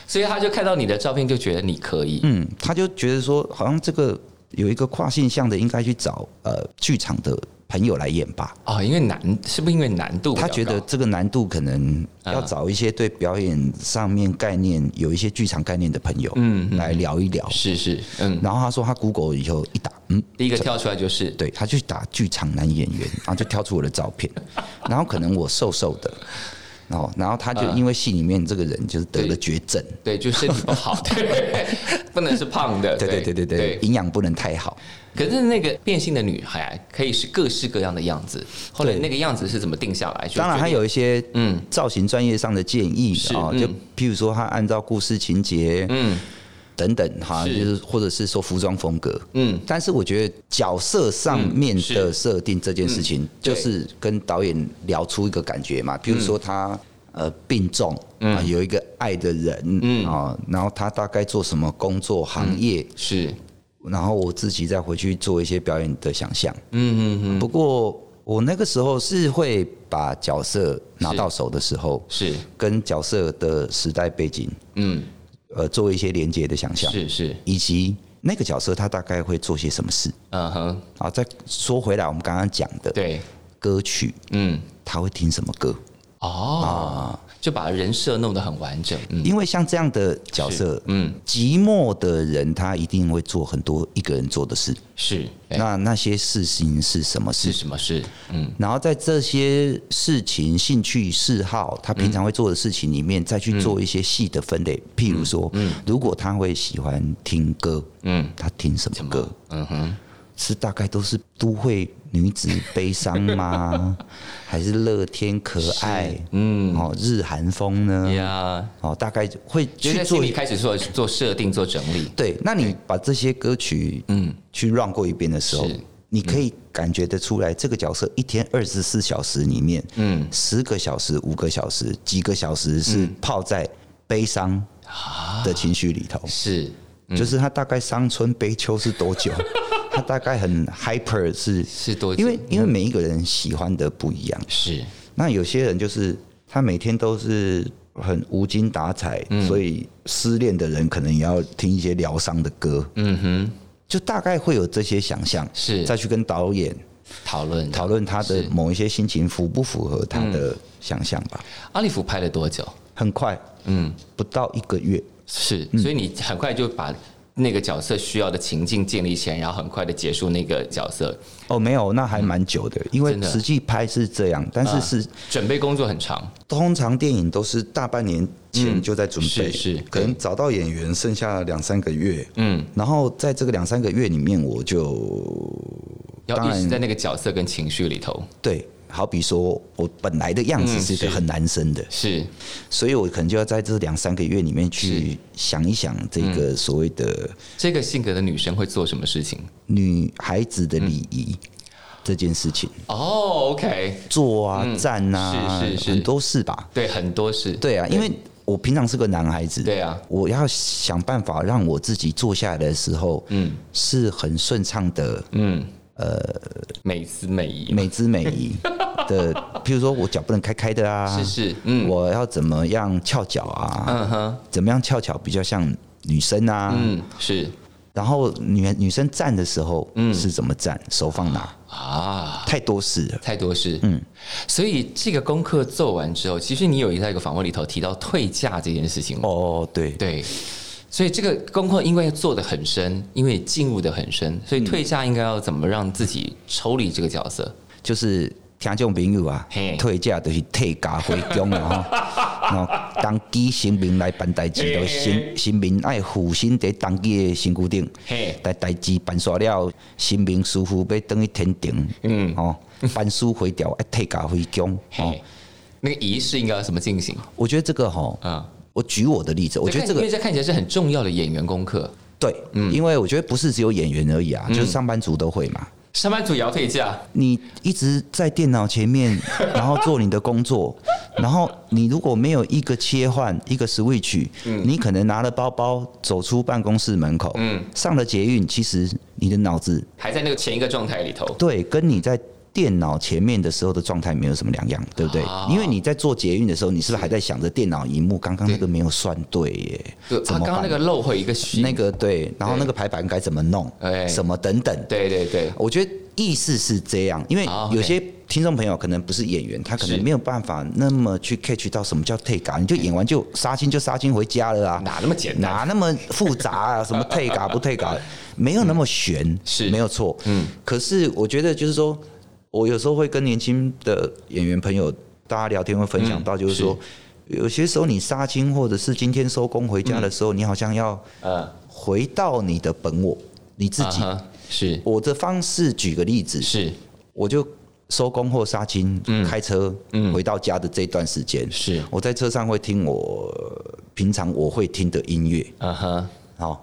Speaker 1: 所以他就看到你的照片就觉得你可以，
Speaker 2: 嗯，他就觉得说好像这个有一个跨性向的应该去找呃剧场的朋友来演吧。
Speaker 1: 哦，因为难，是不是因为难度比较
Speaker 2: 他
Speaker 1: 高？
Speaker 2: 觉得这个难度可能要找一些对表演上面概念有一些剧场概念的朋友，嗯，来聊一聊。
Speaker 1: 是是，嗯，
Speaker 2: 然后他说他 Google 以后一打，嗯，
Speaker 1: 第一个跳出来就是
Speaker 2: 对，他去打剧场男演员，然后就挑出我的照 片，然后可能我瘦瘦的，然后然后他就因为戏里面这个人就是得了绝症，
Speaker 1: 对，就身体不 好，对，不能是胖的，
Speaker 2: 对对对对对，营养不能太好。
Speaker 1: 可是那个变性的女孩可以是各式各样的样子，后来那个样子是怎么定下来？就
Speaker 2: 当然
Speaker 1: 决
Speaker 2: 还
Speaker 1: 定
Speaker 2: 有一些
Speaker 1: 嗯
Speaker 2: 嗯造型专业上的建议
Speaker 1: 是
Speaker 2: 啊，
Speaker 1: 嗯
Speaker 2: 就譬如说他按照故事情节
Speaker 1: 嗯
Speaker 2: 等等哈，就是是或者是说服装风格。
Speaker 1: 嗯
Speaker 2: 但是我觉得角色上面
Speaker 1: 嗯是
Speaker 2: 的设定这件事情，
Speaker 1: 嗯对
Speaker 2: 就是跟导演聊出一个感觉嘛。比如说他呃病重
Speaker 1: 嗯
Speaker 2: 啊，有一个爱的人啊，然后他大概做什么工作行业，
Speaker 1: 是
Speaker 2: 然后我自己再回去做一些表演的想象。
Speaker 1: 嗯嗯嗯
Speaker 2: 不过我那个时候是会把角色拿到手的时候，
Speaker 1: 是
Speaker 2: 跟角色的时代背景
Speaker 1: 嗯
Speaker 2: 呃做一些连接的想象，
Speaker 1: 是是
Speaker 2: 以及那个角色他大概会做些什么事。
Speaker 1: 嗯哼
Speaker 2: 啊，再说回来，我们刚刚讲的
Speaker 1: 对
Speaker 2: 歌曲，
Speaker 1: 嗯
Speaker 2: 他会听什么歌？
Speaker 1: 哦就把人设弄得很完整嗯
Speaker 2: 因为像这样的角色，
Speaker 1: 嗯
Speaker 2: 寂寞的人他一定会做很多一个人做的事。
Speaker 1: 是哎
Speaker 2: 那那些事情是什么
Speaker 1: 是
Speaker 2: 事？
Speaker 1: 什么事嗯
Speaker 2: 然后在这些事情、兴趣、嗜好，他
Speaker 1: 嗯
Speaker 2: 平常会做的事情里面，再去做一些细的分类。譬如说，如果他会喜欢听歌，
Speaker 1: 嗯
Speaker 2: 他听什么歌？
Speaker 1: 嗯哼
Speaker 2: 是大概都是都会女子悲伤吗？ 还是乐天可爱？嗯，哦，日韩风呢？
Speaker 1: 嗯呀，
Speaker 2: 哦，大概会
Speaker 1: 就
Speaker 2: 去
Speaker 1: 在心
Speaker 2: 做
Speaker 1: 里。开始做做设定做整理
Speaker 2: 对，那你把这些歌曲嗯去 run 过一遍的时候
Speaker 1: 是，
Speaker 2: 你可以感觉得出来，这个角色一天二十四小时里面，嗯，十个小时、五个小时、几个小时是
Speaker 1: 嗯
Speaker 2: 泡在悲伤
Speaker 1: 啊
Speaker 2: 的情绪里头。
Speaker 1: 是
Speaker 2: 就是他大概伤春悲秋是多 久？他大概很 hyper 是
Speaker 1: 是多久
Speaker 2: 因为因为每一个人喜欢的不一样，
Speaker 1: 是
Speaker 2: 那有些人就是他每天都是很无精打采，
Speaker 1: 嗯
Speaker 2: 所以失恋的人可能也要听一些疗伤的歌，
Speaker 1: 嗯哼
Speaker 2: 就大概会有这些想象，
Speaker 1: 是
Speaker 2: 再去跟导演
Speaker 1: 讨论
Speaker 2: 讨论他的某一些心情符不符合他
Speaker 1: 嗯
Speaker 2: 的想象吧。
Speaker 1: 阿利夫拍了多久？
Speaker 2: 很快，嗯，不到一个月，
Speaker 1: 是，
Speaker 2: 嗯
Speaker 1: 所以你很快就把那个角色需要的情境建立起来，然后很快的结束那个角色，
Speaker 2: 哦，没有，那还蛮久的，因为
Speaker 1: 嗯真的啊
Speaker 2: 实际拍是这样，但是是
Speaker 1: 准备工作很长。
Speaker 2: 通常电影都是大半年前就在准备，
Speaker 1: 嗯是是
Speaker 2: 可能找到演员剩下两三个月，
Speaker 1: 嗯，
Speaker 2: 然后在这个两三个月里面，我就
Speaker 1: 要
Speaker 2: 当
Speaker 1: 一
Speaker 2: 然
Speaker 1: 直在那个角色跟情绪里头。
Speaker 2: 对好比说我本来的样子
Speaker 1: 嗯
Speaker 2: 是一个
Speaker 1: 是
Speaker 2: 很男生的，
Speaker 1: 是
Speaker 2: 所以我可能就要在这两三个月里面去想一想这
Speaker 1: 嗯
Speaker 2: 个所谓的
Speaker 1: 这个性格的女生会做什么事情？
Speaker 2: 女孩子的礼仪
Speaker 1: 嗯
Speaker 2: 这件事情，
Speaker 1: 哦，OK，
Speaker 2: 坐啊、
Speaker 1: 嗯
Speaker 2: 站啊，
Speaker 1: 是是是
Speaker 2: 很多事吧？
Speaker 1: 对，很多是，
Speaker 2: 对啊，因为我平常是个男孩子，
Speaker 1: 对啊，
Speaker 2: 我要想办法让我自己坐下来的时候，嗯，是很顺畅的，
Speaker 1: 嗯，呃，美姿美仪，
Speaker 2: 美姿美 仪的。譬如说我脚不能开开的啊，
Speaker 1: 是是，嗯，
Speaker 2: 我要怎么样翘脚啊？
Speaker 1: 嗯哼，
Speaker 2: 怎么样翘脚比较像女生啊？
Speaker 1: 嗯，是
Speaker 2: 然后女女生站的时候，嗯，是怎么站？手放哪？
Speaker 1: 啊，
Speaker 2: 太多事了。
Speaker 1: 太多事，嗯，所以这个功课做完之后，其实你有在一个访问里头提到退价这件事情，哦，
Speaker 2: 哦，对，
Speaker 1: 对。所以这个功课因为做的很深，因为进入的很深，所以退价应该要怎么让自己抽离这个角色？
Speaker 2: 就是听众朋友啊
Speaker 1: 嘿，
Speaker 2: 退价就是退价回宫了 哈。然后当机新民来办代志，就新新民爱负身在当机的身躯顶
Speaker 1: 嘿，
Speaker 2: 代代志办煞了，新民师傅要等去天庭，嗯，哦，办事回调，爱退价回宫，哦
Speaker 1: 嘿，，那个仪式应该要怎么进行？
Speaker 2: 我觉得这个哈，
Speaker 1: 嗯，
Speaker 2: 我举我的例子，我觉得这
Speaker 1: 因
Speaker 2: 个
Speaker 1: 为这看起来是很重要的演员功课，
Speaker 2: 对，因为我觉得不是只有演员而已啊，就是上班族都会嘛。
Speaker 1: 上班族也要退价，
Speaker 2: 你一直在电脑前面，然后做你的工作，然后你如果没有一个切换一个 switch，、你可能拿了包包走出办公室门口，
Speaker 1: 嗯
Speaker 2: 上了捷运，其实你的脑子
Speaker 1: 还在那个前一个状态里头。
Speaker 2: 对跟你在。电脑前面的时候的状态没有什么两样，对不对？
Speaker 1: 啊
Speaker 2: 因为你在做捷运的时候，你是不是还在想着电脑荧幕刚刚那个没有算对耶？
Speaker 1: 对，
Speaker 2: 怎
Speaker 1: 他
Speaker 2: 么
Speaker 1: 啊刚
Speaker 2: 办？
Speaker 1: 刚那个漏回一个虚，
Speaker 2: 那个对，然后那个排版该怎么弄
Speaker 1: 哎？
Speaker 2: 什么等等？
Speaker 1: 对对对，
Speaker 2: 我觉得意思是这样，因为
Speaker 1: 啊，OK
Speaker 2: 有些听众朋友可能不是演员，他可
Speaker 1: 是
Speaker 2: 能没有办法那么去 catch 到什么叫 take 啊，你就演完就杀青就杀青回家了啊，
Speaker 1: 哪那么简单？
Speaker 2: 哪那么复杂啊？什么 take 啊不 take 啊，没有那么悬，
Speaker 1: 是
Speaker 2: 没有错。嗯，可是我觉得就是说，我有时候会跟年轻的演员朋友大家聊天会分
Speaker 1: 嗯
Speaker 2: 享到，就是说。有些时候你杀青，或者是今天收工回家
Speaker 1: 嗯
Speaker 2: 的时候，你好像要啊
Speaker 1: 呃，
Speaker 2: 回到你的本我，你自己。
Speaker 1: 啊哈是
Speaker 2: 我的方式，举个例子，
Speaker 1: 是
Speaker 2: 我就收工或杀青，
Speaker 1: 嗯
Speaker 2: 开车回到家的这段时间，
Speaker 1: 是
Speaker 2: 我在车上会听我呃平常我会听的音乐，
Speaker 1: 嗯哼，
Speaker 2: 哦，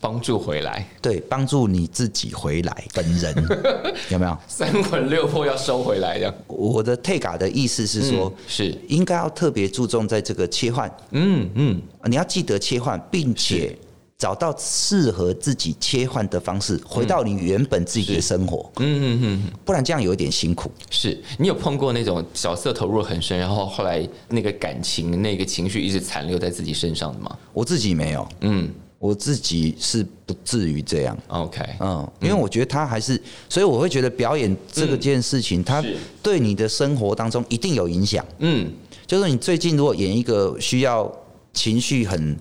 Speaker 1: 帮助回来，
Speaker 2: 对，帮助你自己回来本人， 有没有？
Speaker 1: 三魂六魄要收回来的。
Speaker 2: 我的 take 啊的意思是说，
Speaker 1: 是，
Speaker 2: 应该要特别注重在这个切换，
Speaker 1: 嗯嗯，
Speaker 2: 你要记得切换，并且找到适合自己切换的方式，回到你原本自己的生活，嗯嗯嗯，不然这样有一点辛苦。
Speaker 1: 是你有碰过那种角色投入很深，然后后来那个感情、那个情绪一直残留在自己身上的吗？
Speaker 2: 我自己没有，
Speaker 1: 嗯
Speaker 2: 我自己是不至于这样。
Speaker 1: ，OK，
Speaker 2: 嗯，因为我觉得他还是，所以我会觉得表演这个件事情，它
Speaker 1: 是
Speaker 2: 对你的生活当中一定有影响。
Speaker 1: 嗯，
Speaker 2: 就是你最近如果演一个需要情绪很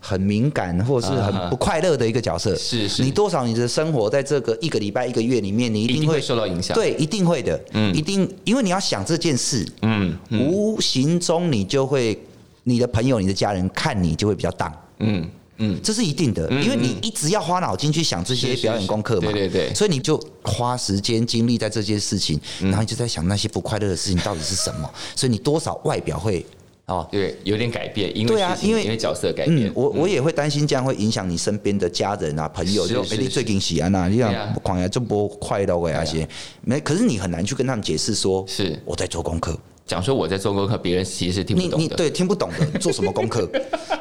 Speaker 2: 很敏感或是很不快乐的一个角色，
Speaker 1: 啊是是
Speaker 2: 你多少你的生活在这个一个礼拜一个月里面，你一
Speaker 1: 一定
Speaker 2: 定会
Speaker 1: 会受到影响。，
Speaker 2: 对，一定会的，嗯，一定，因为你要想这件事，
Speaker 1: 嗯
Speaker 2: 无形中你就会，你的朋友、你的家人看你就会比较当，
Speaker 1: 嗯嗯，
Speaker 2: 这是一定的，因为你一直要花脑筋去想这些
Speaker 1: 是是
Speaker 2: 表演
Speaker 1: 是
Speaker 2: 功课嘛，
Speaker 1: 对对对嗯
Speaker 2: 所以你就花时间精力在这件事情，然后你就在想那些不快乐的事情到底是什么，所以你多少外表会哦。
Speaker 1: 对，有点改变，因为
Speaker 2: 对啊
Speaker 1: 事情
Speaker 2: 因为
Speaker 1: 因为角色改
Speaker 2: 嗯
Speaker 1: 变，，
Speaker 2: 我我也会担心这样会影响你身边的家人啊、朋友，
Speaker 1: 是
Speaker 2: 就说
Speaker 1: 是
Speaker 2: 哎，你
Speaker 1: 是
Speaker 2: 最近喜安呐，你
Speaker 1: 对啊
Speaker 2: 想狂呀，这不快乐呀那些，没，可是你很难去跟他们解释说，
Speaker 1: 是
Speaker 2: 我在做功课，
Speaker 1: 讲说我在做功课，别人其实是听不
Speaker 2: 你
Speaker 1: 懂
Speaker 2: 你
Speaker 1: 的。
Speaker 2: 对听不懂的，你做什么功 课？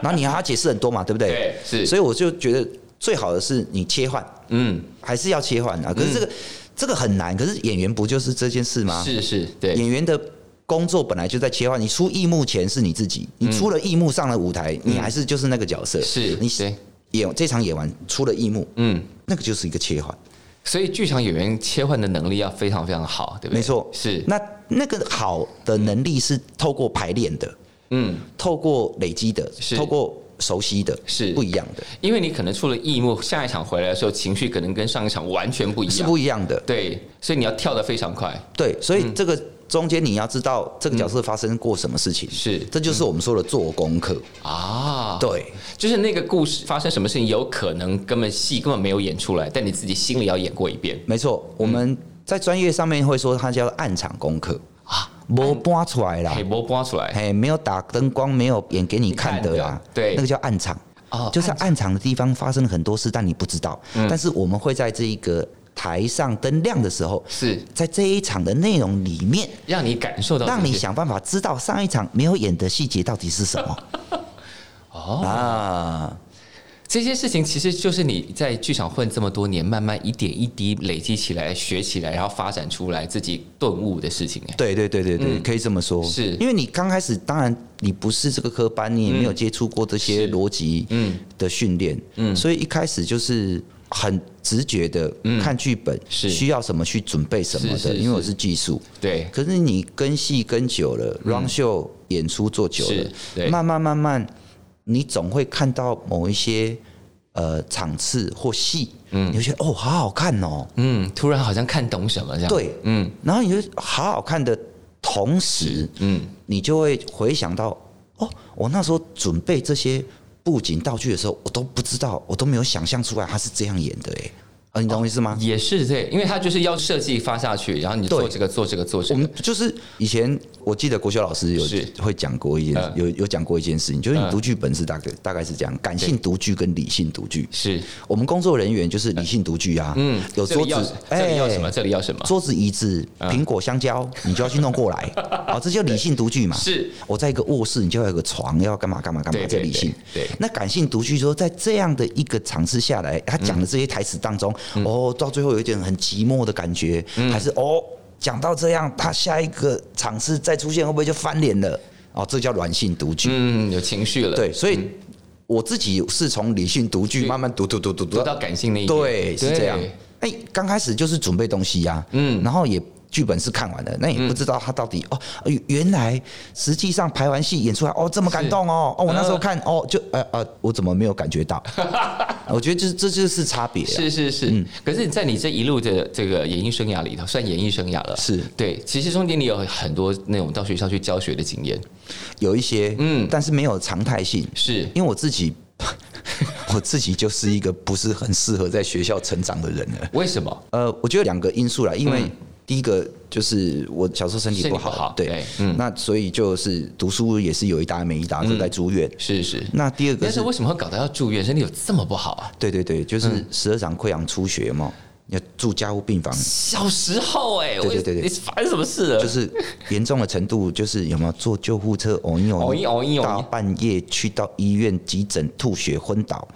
Speaker 2: 然后你还要解释很多嘛，对不对？
Speaker 1: 对是
Speaker 2: 所以我就觉得最好的是你切换，
Speaker 1: 嗯，
Speaker 2: 还是要切换啊。可是这个、这个很难，可是演员不就是这件事吗？
Speaker 1: 是是，对，
Speaker 2: 演员的工作本来就在切换，你出荧幕前是你自己，你出了荧幕上了舞台，你还是就是那个角色。
Speaker 1: 嗯是
Speaker 2: 你
Speaker 1: 对
Speaker 2: 演这场演完出了荧幕，
Speaker 1: 嗯，
Speaker 2: 那个就是一个切换，
Speaker 1: 所以剧场演员切换的能力要非常非常好，对不对？
Speaker 2: 没错。
Speaker 1: 是，
Speaker 2: 那那个好的能力是透过排练的，
Speaker 1: 嗯，
Speaker 2: 透过累积的
Speaker 1: 是，
Speaker 2: 透过熟悉的，
Speaker 1: 是
Speaker 2: 不一样的，
Speaker 1: 因为你可能出了异幕，下一场回来的时候情绪可能跟上一场完全不一
Speaker 2: 是
Speaker 1: 样，
Speaker 2: 不一样的。
Speaker 1: 对，所以你要跳得非常快，
Speaker 2: 对，所
Speaker 1: 嗯
Speaker 2: 以这个中间你要知道这个角色发生过什么事情，
Speaker 1: 是嗯
Speaker 2: 这就是我们说的做功课。
Speaker 1: 啊，，
Speaker 2: 对，
Speaker 1: 就是那个故事发生什么事情，有可能根本戏根本没有演出来，但你自己心里要演过一遍嗯
Speaker 2: 没错，我们在专业上面会说它叫暗场功课。
Speaker 1: 啊
Speaker 2: 没搬出来啦
Speaker 1: 黑，波播出来，
Speaker 2: 哎嘿，没有打灯光，没有演给你看的啦
Speaker 1: 你看的，对
Speaker 2: 那个叫暗场，
Speaker 1: 哦嗯
Speaker 2: 就是暗场的地方发生了很多事，但你不知道，但是我们会在这一个台上灯亮的时候，
Speaker 1: 是
Speaker 2: 在这一场的内容里面，
Speaker 1: 让你感受到这些，
Speaker 2: 让你想办法知道上一场没有演的细节到底是什么
Speaker 1: 哦，
Speaker 2: 啊。
Speaker 1: 这些事情其实就是你在剧场混这么多年，慢慢一点一滴累积起来、学起来，然后发展出来自己顿悟的事情。哎，
Speaker 2: 对对对对对，可以这么说，
Speaker 1: 是
Speaker 2: 因为你刚开始，当然你不是这个科班，你也没有接触过这些逻辑
Speaker 1: 嗯
Speaker 2: 的训练，嗯，所以一开始就是很直觉的看剧本，
Speaker 1: 嗯是
Speaker 2: 需要什么去准备什么
Speaker 1: 是
Speaker 2: 的，
Speaker 1: 是
Speaker 2: 因为我是技术。
Speaker 1: 对，
Speaker 2: 可是你跟戏跟久了，run show 演出做久
Speaker 1: 嗯是对
Speaker 2: 了，慢慢慢慢，你总会看到某一些呃场次或戏，嗯，你会觉得哦，好好看哦，
Speaker 1: 嗯，突然好像看懂什么这样。
Speaker 2: 对
Speaker 1: 嗯
Speaker 2: 然后你就好好看的同时，
Speaker 1: 嗯，
Speaker 2: 你就会回想到，哦，我那时候准备这些布景道具的时候，我都不知道，我都没有想象出来他是这样演的，哎，啊，你懂我意思吗？
Speaker 1: 也是对，因为他就是要设计发下去，然后你做
Speaker 2: 对
Speaker 1: 这个做这个做这
Speaker 2: 我
Speaker 1: 个，
Speaker 2: 们就是以前，我记得国修老师
Speaker 1: 是
Speaker 2: 有会讲过一件
Speaker 1: 嗯，
Speaker 2: 有有讲过一件事情，就是你
Speaker 1: 嗯
Speaker 2: 读剧本是大概大概是这样，感性读剧跟理性读剧。
Speaker 1: 是
Speaker 2: 我们工作人员就是理性读剧啊，
Speaker 1: 嗯，
Speaker 2: 有
Speaker 1: 这
Speaker 2: 桌
Speaker 1: 里要
Speaker 2: 子，哎
Speaker 1: 这里要什么，嗯这里要什么，
Speaker 2: 桌子、椅子、苹果、香蕉，你就要去弄过 来，啊，这叫理性独具嘛。
Speaker 1: 是，
Speaker 2: 我在一个卧室，你就要有个床，要干嘛干嘛干嘛
Speaker 1: 对，
Speaker 2: 这
Speaker 1: 对
Speaker 2: 理性。
Speaker 1: 对对
Speaker 2: 那感性独具说，在这样的一个场次下来，他讲的这些台词当中，哦，到最后有一点很寂寞的感觉，还是哦，讲到这样，他下一个场次再出现，会不会就翻脸了？哦，这叫软性独具。
Speaker 1: 嗯，有情绪了，，
Speaker 2: 对，所以我自己是从理性独具慢慢读读读读
Speaker 1: 读
Speaker 2: 读
Speaker 1: 到感性那一面
Speaker 2: 对，是这样。哎、刚开始就是准备东西呀、嗯，然后也剧本是看完了，那也不知道他到底、哦，原来实际上排完戏演出来哦，这么感动哦，哦，我那时候看、哦，就呃呃，我怎么没有感觉 到？我觉得这这就是差别啊，
Speaker 1: 是是是，可是，在你这一路的这个演艺生涯里头，算演艺生涯了，
Speaker 2: 是
Speaker 1: 对。其实中间你有很多那种到学校去教学的经验，
Speaker 2: 有一些
Speaker 1: 嗯
Speaker 2: 嗯，但是没有常态性，
Speaker 1: 是
Speaker 2: 因为我自己。 我自己就是一个不是很适合在学校成长的人了。
Speaker 1: 为什么？
Speaker 2: 呃，我觉得两个因素啦，因为
Speaker 1: 嗯
Speaker 2: 第一个就是我小时候身体不好，
Speaker 1: 身体不好对
Speaker 2: 对，
Speaker 1: 嗯
Speaker 2: 那所以就是读书也是有一搭没一搭，都在住院。
Speaker 1: 是是，
Speaker 2: 那第二个
Speaker 1: 但是
Speaker 2: 是，
Speaker 1: 为什么会搞到要住院？身体有这么不好啊？
Speaker 2: 对对对，就是十二长溃疡出血嘛，要住加护病房，
Speaker 1: 小时候哎、我
Speaker 2: 对对对对
Speaker 1: 你发生什么事了？
Speaker 2: 就是严重的程度，就是有没有坐救护车，哦一
Speaker 1: 哦
Speaker 2: 哦
Speaker 1: 一哦一哦一
Speaker 2: 到半夜去到医院急诊吐血昏倒，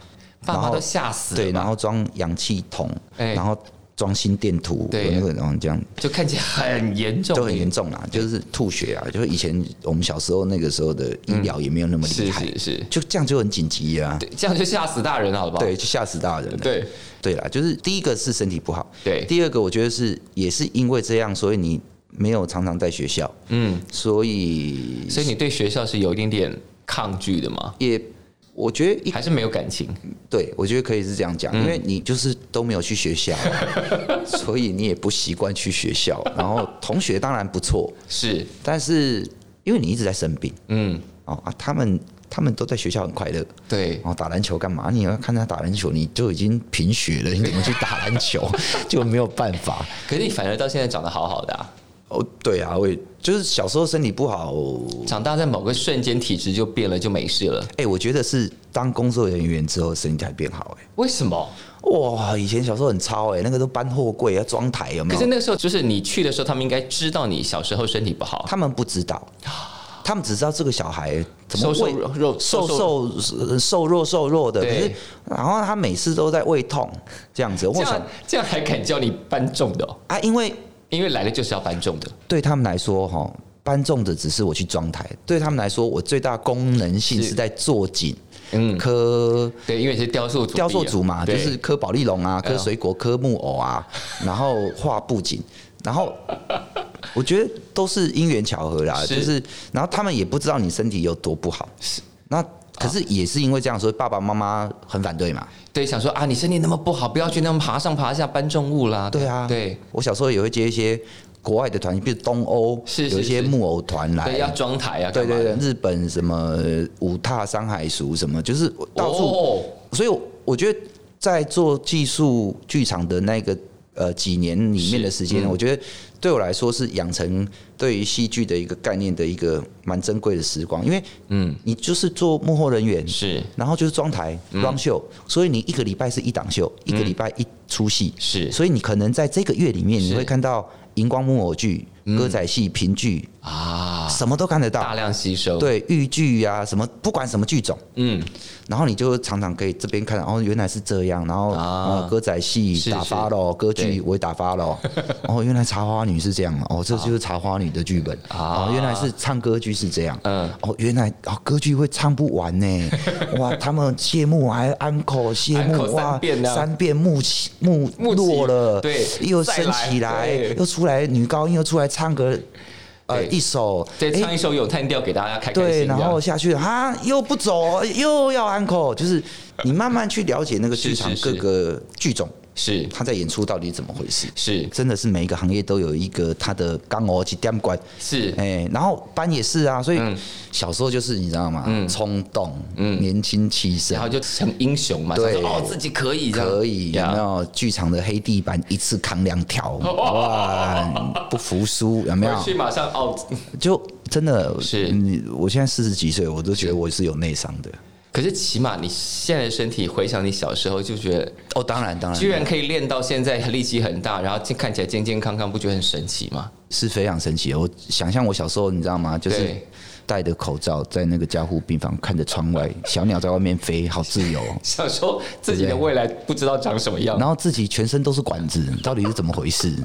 Speaker 1: 爸
Speaker 2: 然
Speaker 1: 妈
Speaker 2: 后
Speaker 1: 都吓死了吧，
Speaker 2: 对，然后装氧气筒，
Speaker 1: 哎
Speaker 2: 然后装心电图，
Speaker 1: 对
Speaker 2: 有那个然后这样。
Speaker 1: 就看起来很严重，
Speaker 2: 都很严重啦，就是吐血啊，就是以前我们小时候那个时候的医疗也没有那么厉
Speaker 1: 嗯是
Speaker 2: 害，
Speaker 1: 是是，
Speaker 2: 就这样就很紧急啊，
Speaker 1: 对，这样就吓死大人了，好不好？
Speaker 2: 对，就吓死大人了。
Speaker 1: 对
Speaker 2: 对啦，就是第一个是身体不好，
Speaker 1: 对
Speaker 2: 第二个我觉得是也是因为这样，所以你没有常常在学校，
Speaker 1: 嗯，
Speaker 2: 所以
Speaker 1: 所以你对学校是有一点点抗拒的吗？
Speaker 2: 也我觉得一
Speaker 1: 还是没有感情？
Speaker 2: 对我觉得可以是这样讲，因
Speaker 1: 嗯
Speaker 2: 为你就是都没有去学 校啊，所以你也不习惯去学校，然后同学当然不错，
Speaker 1: 是，
Speaker 2: 但是因为你一直在生病。
Speaker 1: 嗯，
Speaker 2: 哦啊，他们他们都在学校很快乐，
Speaker 1: 对
Speaker 2: 然，后打篮球干嘛？你要看他打篮球，你就已经贫血了，你怎么去打篮 球？就没有办法。
Speaker 1: 可是你反而到现在长得好好的、啊，
Speaker 2: 哦，对啊，我也就是小时候身体不好，
Speaker 1: 长大在某个瞬间体质就变了，就没事了。
Speaker 2: 哎、我觉得是当工作人员之后身体才变好、
Speaker 1: 为什么？
Speaker 2: 哎，哇，以前小时候很超哎、那个都搬货柜要装台有没
Speaker 1: 可
Speaker 2: 有？
Speaker 1: 是那个时候，就是你去的时候，他们应该知道你小时候身体不好，
Speaker 2: 他们不知道，他们只知道这个小孩怎么
Speaker 1: 瘦瘦
Speaker 2: 喂
Speaker 1: 肉肉
Speaker 2: 瘦瘦瘦弱瘦弱的，可
Speaker 1: 对
Speaker 2: 是然后他每次都在胃痛这样子，
Speaker 1: 这
Speaker 2: 我想
Speaker 1: 样这样还敢叫你搬重的、哦？
Speaker 2: 啊，因为
Speaker 1: 因为来了就是要搬重的，
Speaker 2: 对他们来说，哈，搬重的只是我去装台，对他们来说，我最大功能性
Speaker 1: 是
Speaker 2: 是在做景。
Speaker 1: 嗯
Speaker 2: 刻
Speaker 1: 对，因为是雕塑组
Speaker 2: 雕塑
Speaker 1: 毕业
Speaker 2: 组嘛，就
Speaker 1: 对
Speaker 2: 是刻宝丽龙啊，
Speaker 1: 哎呦
Speaker 2: 刻水果，刻木偶 啊，然后画布景，然后我觉得都是因缘巧合啦，
Speaker 1: 是
Speaker 2: 就是然后他们也不知道你身体有多不好，是那
Speaker 1: 啊
Speaker 2: 可是也是因为这样，所以爸爸妈妈很反对嘛，
Speaker 1: 对，想说啊，你身体那么不好，不要去那么爬上爬下搬重物啦。
Speaker 2: 对啊，
Speaker 1: 对，
Speaker 2: 我小时候也会接一些国外的团，比如东欧
Speaker 1: 是是
Speaker 2: 有一些
Speaker 1: 是
Speaker 2: 木偶团来，
Speaker 1: 对，要装台啊，
Speaker 2: 哎对
Speaker 1: 干嘛
Speaker 2: 对对，
Speaker 1: 的，
Speaker 2: 日本什么五踏山海熟什么，就是我到处，
Speaker 1: 哦
Speaker 2: 所以我我觉得在做技术剧场的那个呃几年里面的时间，我觉得对我来说是养成对于戏剧的一个概念的一个蛮珍贵的时光，因为嗯，你就是做幕后人员，
Speaker 1: 是
Speaker 2: 然后就是装台、装秀，所以你一个礼拜是一档秀，一个礼拜一出戏，
Speaker 1: 是
Speaker 2: 所以你可能在这个月里面，你
Speaker 1: 是
Speaker 2: 会看到荧光木偶剧、歌仔戏、评剧，
Speaker 1: 啊，
Speaker 2: 什么都看得到，
Speaker 1: 大量吸收，，
Speaker 2: 对豫剧啊，什么不管什么剧种，
Speaker 1: 嗯，
Speaker 2: 然后你就常常可以这边看，哦，原来是这样，然后
Speaker 1: 啊
Speaker 2: 呃歌仔戏
Speaker 1: 是
Speaker 2: 打发喽，歌剧
Speaker 1: 对
Speaker 2: 我也打发喽，哦，原来茶花女是这样，哦，这就是茶花女的剧本，哦，
Speaker 1: 啊
Speaker 2: 原来是唱歌剧是这样，
Speaker 1: 嗯
Speaker 2: 嗯，哦，原来哦歌剧会唱不完 呢，哇，他们谢幕还安口谢
Speaker 1: uncle
Speaker 2: 幕
Speaker 1: 三
Speaker 2: 哇
Speaker 1: 遍啊，
Speaker 2: 三遍幕起幕
Speaker 1: 幕起
Speaker 2: 落了，
Speaker 1: 对
Speaker 2: 又
Speaker 1: 再
Speaker 2: 升
Speaker 1: 来
Speaker 2: 起来
Speaker 1: 对，
Speaker 2: 又出来女高音又出来唱个呃
Speaker 1: 对
Speaker 2: 一首，
Speaker 1: 再
Speaker 2: 诶
Speaker 1: 唱一首咏叹调给大家开开
Speaker 2: 对，
Speaker 1: 心这
Speaker 2: 然
Speaker 1: 样，
Speaker 2: 后下去啊，又不走，又要 uncle，就是你慢慢去了解那个剧场
Speaker 1: 呃是
Speaker 2: 各
Speaker 1: 是是
Speaker 2: 个剧种，
Speaker 1: 是
Speaker 2: 他在演出到底是怎么回事。
Speaker 1: 是
Speaker 2: 真的是每一个行业都有一个他的刚哦去点关，
Speaker 1: 是嗯
Speaker 2: 哎、然后班也是啊，所以小时候就是你知道吗？冲动，年轻气盛
Speaker 1: 然，后就成英雄嘛，想
Speaker 2: 对
Speaker 1: 说哦自己可以这样，
Speaker 2: 可以，有
Speaker 1: 呀
Speaker 2: 没有？剧场的黑地板一次扛两条，哇，不服输，有没有
Speaker 1: 回？去马上哦。
Speaker 2: 就真的
Speaker 1: 是
Speaker 2: 你我现在四十几岁，我都觉得我是有内伤的。
Speaker 1: 可是起码你现在的身体，回想你小时候就觉得，啊
Speaker 2: 哦，当然，当然，
Speaker 1: 居然可以练到现在力气很大，然后健看起来健健康康，不觉得很神奇吗？
Speaker 2: 是非常神奇的。我想象我小时候，你知道吗？就是
Speaker 1: 对
Speaker 2: 戴着口罩在那个加护病房看着窗外，小鸟在外面飞，好自 由哦。
Speaker 1: 想说自己的未来不知道长什么样，
Speaker 2: 然后自己全身都是管子，到底是怎么回事？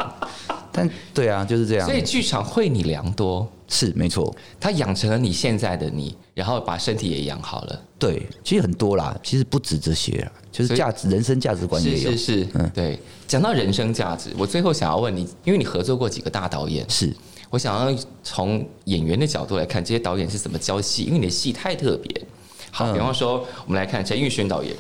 Speaker 2: 但对啊，就是这样
Speaker 1: 所，以剧场惠你良多，
Speaker 2: 是没错。
Speaker 1: 它养成了你现在的你，然后把身体也养好了。
Speaker 2: 对，其实很多啦，其实不止这些啦，就
Speaker 1: 所
Speaker 2: 是
Speaker 1: 以
Speaker 2: 价值、人生价值观也
Speaker 1: 是
Speaker 2: 有嗯
Speaker 1: 是。是，对。讲到人生价值，我最后想要问你，因为你合作过几个大导演，
Speaker 2: 是
Speaker 1: 我想要从演员的角度来看，这些导演是怎么教戏，因为你的戏太特别。好，
Speaker 2: 嗯
Speaker 1: 比方说，我们来看陈玉轩导演，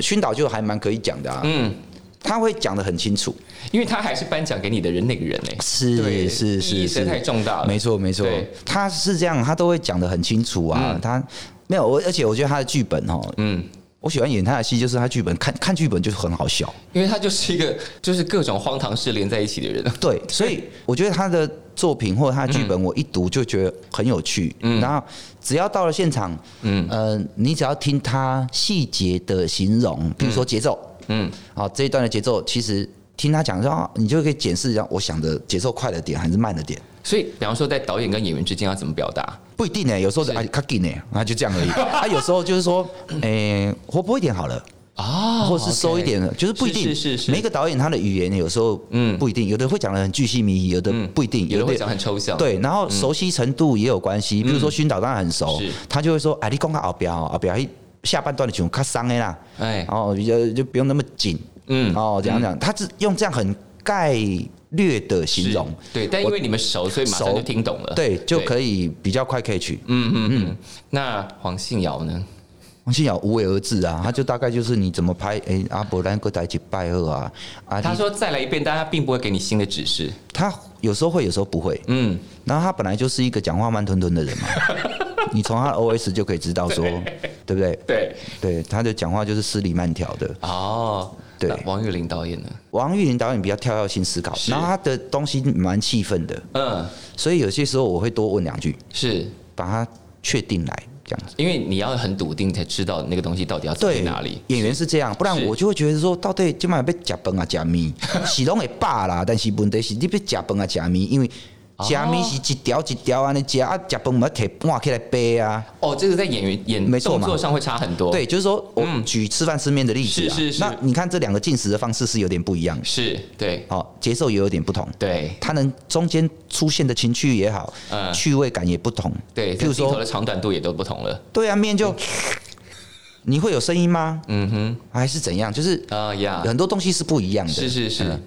Speaker 2: 熏导就还蛮可以讲的啊，
Speaker 1: 嗯，
Speaker 2: 他会讲的很清楚。
Speaker 1: 因为他还是颁奖给你的人那个人嘞、对
Speaker 2: 是是
Speaker 1: 意
Speaker 2: 是
Speaker 1: 义实在
Speaker 2: 是，
Speaker 1: 太重大了
Speaker 2: 没错没错
Speaker 1: 对，
Speaker 2: 他是这样，他都会讲的很清楚啊。
Speaker 1: 嗯
Speaker 2: 他没有我，而且我觉得他的剧本哦，
Speaker 1: 嗯，
Speaker 2: 我喜欢演他的戏，就是他剧本看看剧本就是很好笑。
Speaker 1: 因为他就是一个就是各种荒唐事连在一起的人。
Speaker 2: 对，所以我觉得他的作品或者他的剧本，我一读就觉得很有趣。然后只要到了现场，嗯，呃，你只要听他细节的形容，比如说节奏，
Speaker 1: 嗯
Speaker 2: 嗯，好，这一段的节奏，其实听他讲之后，你就可以检视一下，我想的节奏快了点还是慢了点。
Speaker 1: 所以，比方说，在导演跟演员之间要怎么表达？
Speaker 2: 不一定呢、有时候就啊，卡紧呢，啊就这样而已。啊，有时候就是说，诶、活泼一点好了，
Speaker 1: 啊
Speaker 2: 或是收一点的，就是不一定。
Speaker 1: 是是是
Speaker 2: 每一个导演他的语言有时候
Speaker 1: 嗯
Speaker 2: 不一定，有的会讲的很巨细靡遗，有的不一定，
Speaker 1: 有人
Speaker 2: 的
Speaker 1: 会讲很抽象，，
Speaker 2: 对，然后熟悉程度也有关系。比如说熏导当然很熟
Speaker 1: 是，
Speaker 2: 他就会说，哎，你讲到后边哦，后边那下半段的球卡伤的啦，
Speaker 1: 哎，
Speaker 2: 哦，比较就不用那么紧，
Speaker 1: 嗯，
Speaker 2: 哦，这样讲，他是用这样很概略的形容，
Speaker 1: 是对，但因为你们熟，所以马上
Speaker 2: 熟
Speaker 1: 就听懂了，
Speaker 2: 对，就
Speaker 1: 以。
Speaker 2: 可以比较快 catch。
Speaker 1: 嗯嗯嗯。那黄信尧呢？
Speaker 2: 王信尧无为而治啊，他就大概就是你怎么拍，哎、阿伯兰哥台去拜二啊，啊，
Speaker 1: 他
Speaker 2: 他
Speaker 1: 说再来一遍，但他并不会给你新的指示。
Speaker 2: 他有时候会，有时候不会。
Speaker 1: 嗯，
Speaker 2: 然后他本来就是一个讲话慢吞吞的人 嘛，你从他的 OS 就可以知道说，对不对？
Speaker 1: 对。
Speaker 2: 对，他的讲话就是失礼慢条的。
Speaker 1: 哦，
Speaker 2: 对
Speaker 1: 那王岳霖导演呢？
Speaker 2: 王玉林导演比较跳跃性思考，
Speaker 1: 是
Speaker 2: 然后他的东西蛮气愤的，
Speaker 1: 嗯，
Speaker 2: 所以有些时候我会多问两句，
Speaker 1: 是
Speaker 2: 把他确定来这样子。
Speaker 1: 因为你要很笃定才知道那个东西到底要走去
Speaker 2: 对，
Speaker 1: 哪里。
Speaker 2: 演员是这样，不然
Speaker 1: 是
Speaker 2: 我就会觉得说，到底今晚被假崩啊假 米，是拢会罢啦，但是问题是你被假崩啊假米，因为假
Speaker 1: 哦
Speaker 2: 米是一条一条安尼夹啊假崩，我要摕碗起来背啊。
Speaker 1: 哦，这个在演员演
Speaker 2: 没错
Speaker 1: 动
Speaker 2: 嘛
Speaker 1: 作上会差很多。
Speaker 2: 对，，就是说我举吃饭吃面的例子啊，
Speaker 1: 嗯是是是
Speaker 2: 那你看这两个进食的方式是有点不一样，
Speaker 1: 是，对，
Speaker 2: 好，节奏也有点不同。
Speaker 1: 对，
Speaker 2: 它能中间出现的情趣也好，
Speaker 1: 嗯
Speaker 2: 趣味感也不同。
Speaker 1: 对，
Speaker 2: 譬
Speaker 1: 这
Speaker 2: 如
Speaker 1: 镜头的
Speaker 2: 说，
Speaker 1: 嗯长短度也都不同了。
Speaker 2: 对啊，面就你会有声音吗？
Speaker 1: 嗯哼，
Speaker 2: 还是怎样？就是
Speaker 1: 啊呀，
Speaker 2: 很多东西是不一样的。
Speaker 1: 是是是
Speaker 2: 嗯，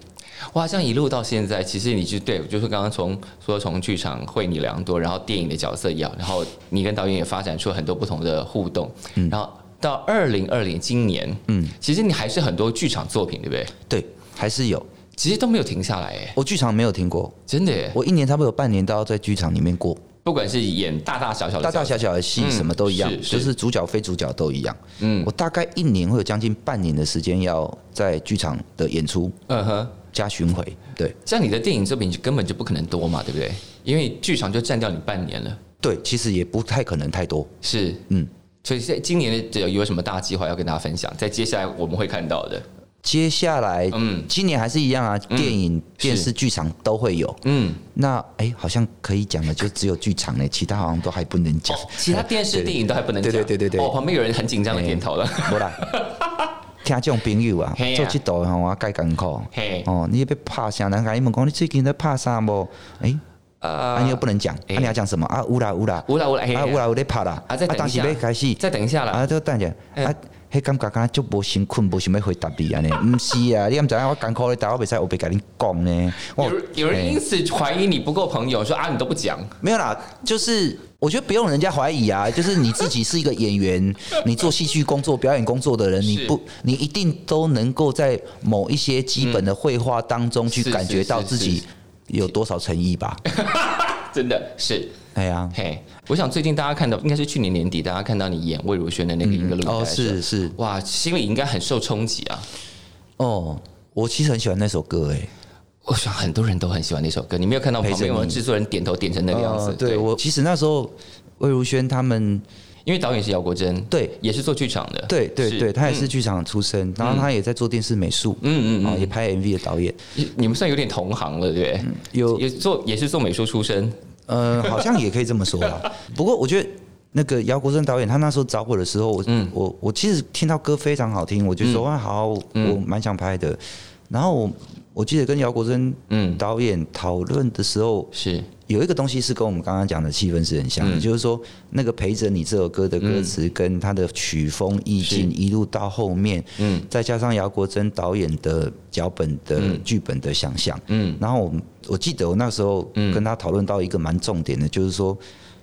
Speaker 1: 哇，这样一路到现在，其实你就对，就是刚刚从说从剧场会你良多，然后电影的角色也好，然后你跟导演也发展出很多不同的互动，
Speaker 2: 嗯
Speaker 1: 然后到二零二零今年，嗯，其实你还是很多剧场作品，对不对？
Speaker 2: 对，还是有。
Speaker 1: 其实都没有停下来，哎，
Speaker 2: 我剧场没有停过，
Speaker 1: 真的耶，
Speaker 2: 我一年差不多有半年都要在剧场里面过，
Speaker 1: 不管是演大大小小的
Speaker 2: 大大
Speaker 1: 角色
Speaker 2: 小小的戏
Speaker 1: 哦嗯
Speaker 2: 什么都一样，
Speaker 1: 是是
Speaker 2: 就是主角非主角都一样。
Speaker 1: 嗯
Speaker 2: 我大概一年会有将近半年的时间要在剧场的演出，
Speaker 1: 嗯哼，
Speaker 2: 加巡回，对
Speaker 1: 像你的电影作品根本就不可能多嘛，对不对？因为剧场就占掉你半年了，
Speaker 2: 对，其实也不太可能太多，
Speaker 1: 是，
Speaker 2: 嗯。
Speaker 1: 所以在今年的有什么大计划要跟大家分享？在接下来我们会看到的，
Speaker 2: 接下来，
Speaker 1: 嗯
Speaker 2: 嗯，今年还是一样啊，电影、电视剧场都会有。
Speaker 1: 嗯，
Speaker 2: 那哎、好像可以讲的就只有剧场呢，其他好像都还不能讲。
Speaker 1: 哦其他电视、电影都还不能讲。
Speaker 2: 对对对对对哎
Speaker 1: 哦，旁边有人很紧张的点头了。
Speaker 2: 无 啦，听这种朋友啊
Speaker 1: 嘿啊，
Speaker 2: 做这道吼我介艰苦
Speaker 1: 嘿。
Speaker 2: 哦，你要拍啥？人家伊问讲你最近在拍啥无？哎、
Speaker 1: 啊
Speaker 2: 啊，你又不能讲，啊，
Speaker 1: 嘿
Speaker 2: 你要讲什么啊？有啦有啦，
Speaker 1: 有啦有啦嘿
Speaker 2: 啊
Speaker 1: 嘿
Speaker 2: 有啦有咧拍啦，
Speaker 1: 啊再等一下
Speaker 2: 当时要开始，
Speaker 1: 再等一下啦，
Speaker 2: 啊，都等者，
Speaker 1: 哎
Speaker 2: 啊，迄感觉敢足无辛苦，无想要回答你 安尼，毋是啊，你也毋知影我艰苦咧，但我袂使，我袂甲你讲呢，我哎
Speaker 1: 有有人因此怀疑你不够朋友，说啊你都不讲，
Speaker 2: 没有啦，就是我觉得不用人家怀疑啊， 就是你自己是一个演员，你做戏剧工作、表演工作的人，你不，你一定都能够在某一些基本的绘画当中去
Speaker 1: 是
Speaker 2: 感觉到
Speaker 1: 是
Speaker 2: 自
Speaker 1: 是
Speaker 2: 己
Speaker 1: 是
Speaker 2: 有多少诚意 吧？
Speaker 1: 真的是。
Speaker 2: 哎 呀，
Speaker 1: 嘿，我想最近大家看到，应该是去年年底大家看到你演魏如萱的那个一个录影带
Speaker 2: 哦，
Speaker 1: 的时候
Speaker 2: 是是，
Speaker 1: 哇，心里应该很受冲击啊。
Speaker 2: 哦，我其实很喜欢那首歌，哎，
Speaker 1: 我想很多人都很喜欢那首歌，你没有看到旁边有没有制作人点头点成那个样子？
Speaker 2: 呃对我其实那时候魏如萱他们，
Speaker 1: 因为导演是姚国珍，
Speaker 2: 对
Speaker 1: 也是做剧场的，
Speaker 2: 对对
Speaker 1: 是嗯
Speaker 2: 对，他也是剧场出身，然后他也在做电视美术，
Speaker 1: 嗯嗯
Speaker 2: 啊，也拍 MV 的导演，
Speaker 1: 你你们算有点同行了，对不对？
Speaker 2: 有
Speaker 1: 也做也是做美术出身，
Speaker 2: 呃，好像也可以这么说吧。不过我觉得那个姚国正导演他那时候找我的时候，我、
Speaker 1: 嗯
Speaker 2: 我我其实听到歌非常好听，我就说、哇好，我
Speaker 1: 嗯
Speaker 2: 蛮想拍的。然后我我记得跟姚国正
Speaker 1: 嗯
Speaker 2: 导演讨论的时候，
Speaker 1: 是
Speaker 2: 有一个东西是跟我们刚刚讲的气氛是很像的，就是说那个陪着你这首歌的歌词跟它的曲风意境一路到后面，
Speaker 1: 嗯
Speaker 2: 嗯，再加上姚国珍导演的脚本的剧本的想象，
Speaker 1: 嗯
Speaker 2: 嗯，然后我们我记得我那时候跟他讨论到一个蛮重点的，就是说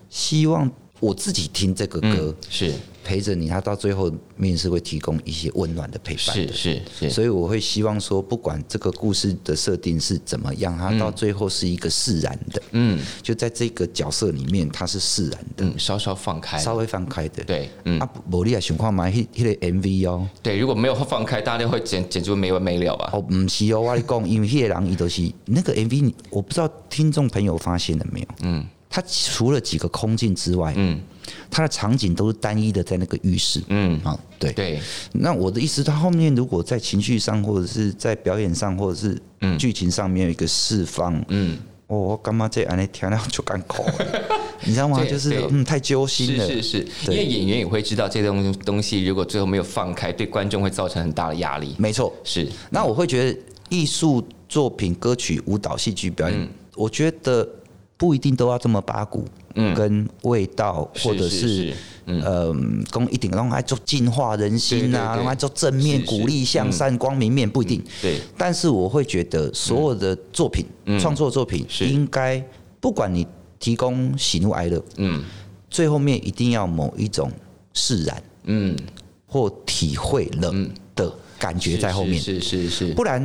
Speaker 2: 希望我自己听这个歌、
Speaker 1: 嗯是
Speaker 2: 陪着你，他到最后面是会提供一些温暖的陪伴的
Speaker 1: 是是是，
Speaker 2: 所以我会希望说，不管这个故事的设定是怎么样，它到最后是一个释然的，
Speaker 1: 嗯
Speaker 2: 就在这个角色里面，它是释然的，
Speaker 1: 嗯，稍稍放开，
Speaker 2: 稍微放开的。
Speaker 1: 对，嗯
Speaker 2: 啊，无你也想看嘛，迄迄个 MV 哦，
Speaker 1: 对，如果没有放开，大家会简简直没完没了吧？
Speaker 2: 哦，唔是哦，我跟你讲，因为迄个人伊都是那个 MV，你我不知道听众朋友发现了没有？嗯，他除了几个空镜之外，嗯，他的场景都是单一的在那个浴室，
Speaker 1: 嗯，
Speaker 2: 啊，对。
Speaker 1: 对，
Speaker 2: 那我的意思，他后面如果在情绪上，或者是在表演上，或者是剧情上面有一个释放，
Speaker 1: 嗯，
Speaker 2: 哦，我干嘛这安尼听了就干 口，你知道吗？
Speaker 1: 对
Speaker 2: 就是
Speaker 1: 对
Speaker 2: 嗯，太揪心
Speaker 1: 是
Speaker 2: 了。
Speaker 1: 是是，因
Speaker 2: 对
Speaker 1: 为演员也会知道这东东西，如果最后没有放开，对观众会造成很大的压力。
Speaker 2: 没错。
Speaker 1: 是，
Speaker 2: 那我会觉得艺术作品、歌曲、舞蹈、戏剧表演，我觉得不一定都要这么八股，
Speaker 1: 嗯
Speaker 2: 跟味道
Speaker 1: 是
Speaker 2: 或者
Speaker 1: 是是
Speaker 2: 是。
Speaker 1: 嗯
Speaker 2: 嗯，讲一定拢爱做净化人心
Speaker 1: 对对
Speaker 2: 啊，
Speaker 1: 对
Speaker 2: 拢爱做正面
Speaker 1: 是是嗯
Speaker 2: 鼓励向善、光明面不一定。
Speaker 1: 对，
Speaker 2: 但是我会觉得所有的作品、创、作作品
Speaker 1: 嗯是
Speaker 2: 应该，不管你提供喜怒哀乐，
Speaker 1: 嗯
Speaker 2: 最后面一定要某一种释然
Speaker 1: 嗯，
Speaker 2: 或体会了的感觉在后面，
Speaker 1: 是嗯是是，是
Speaker 2: 不然。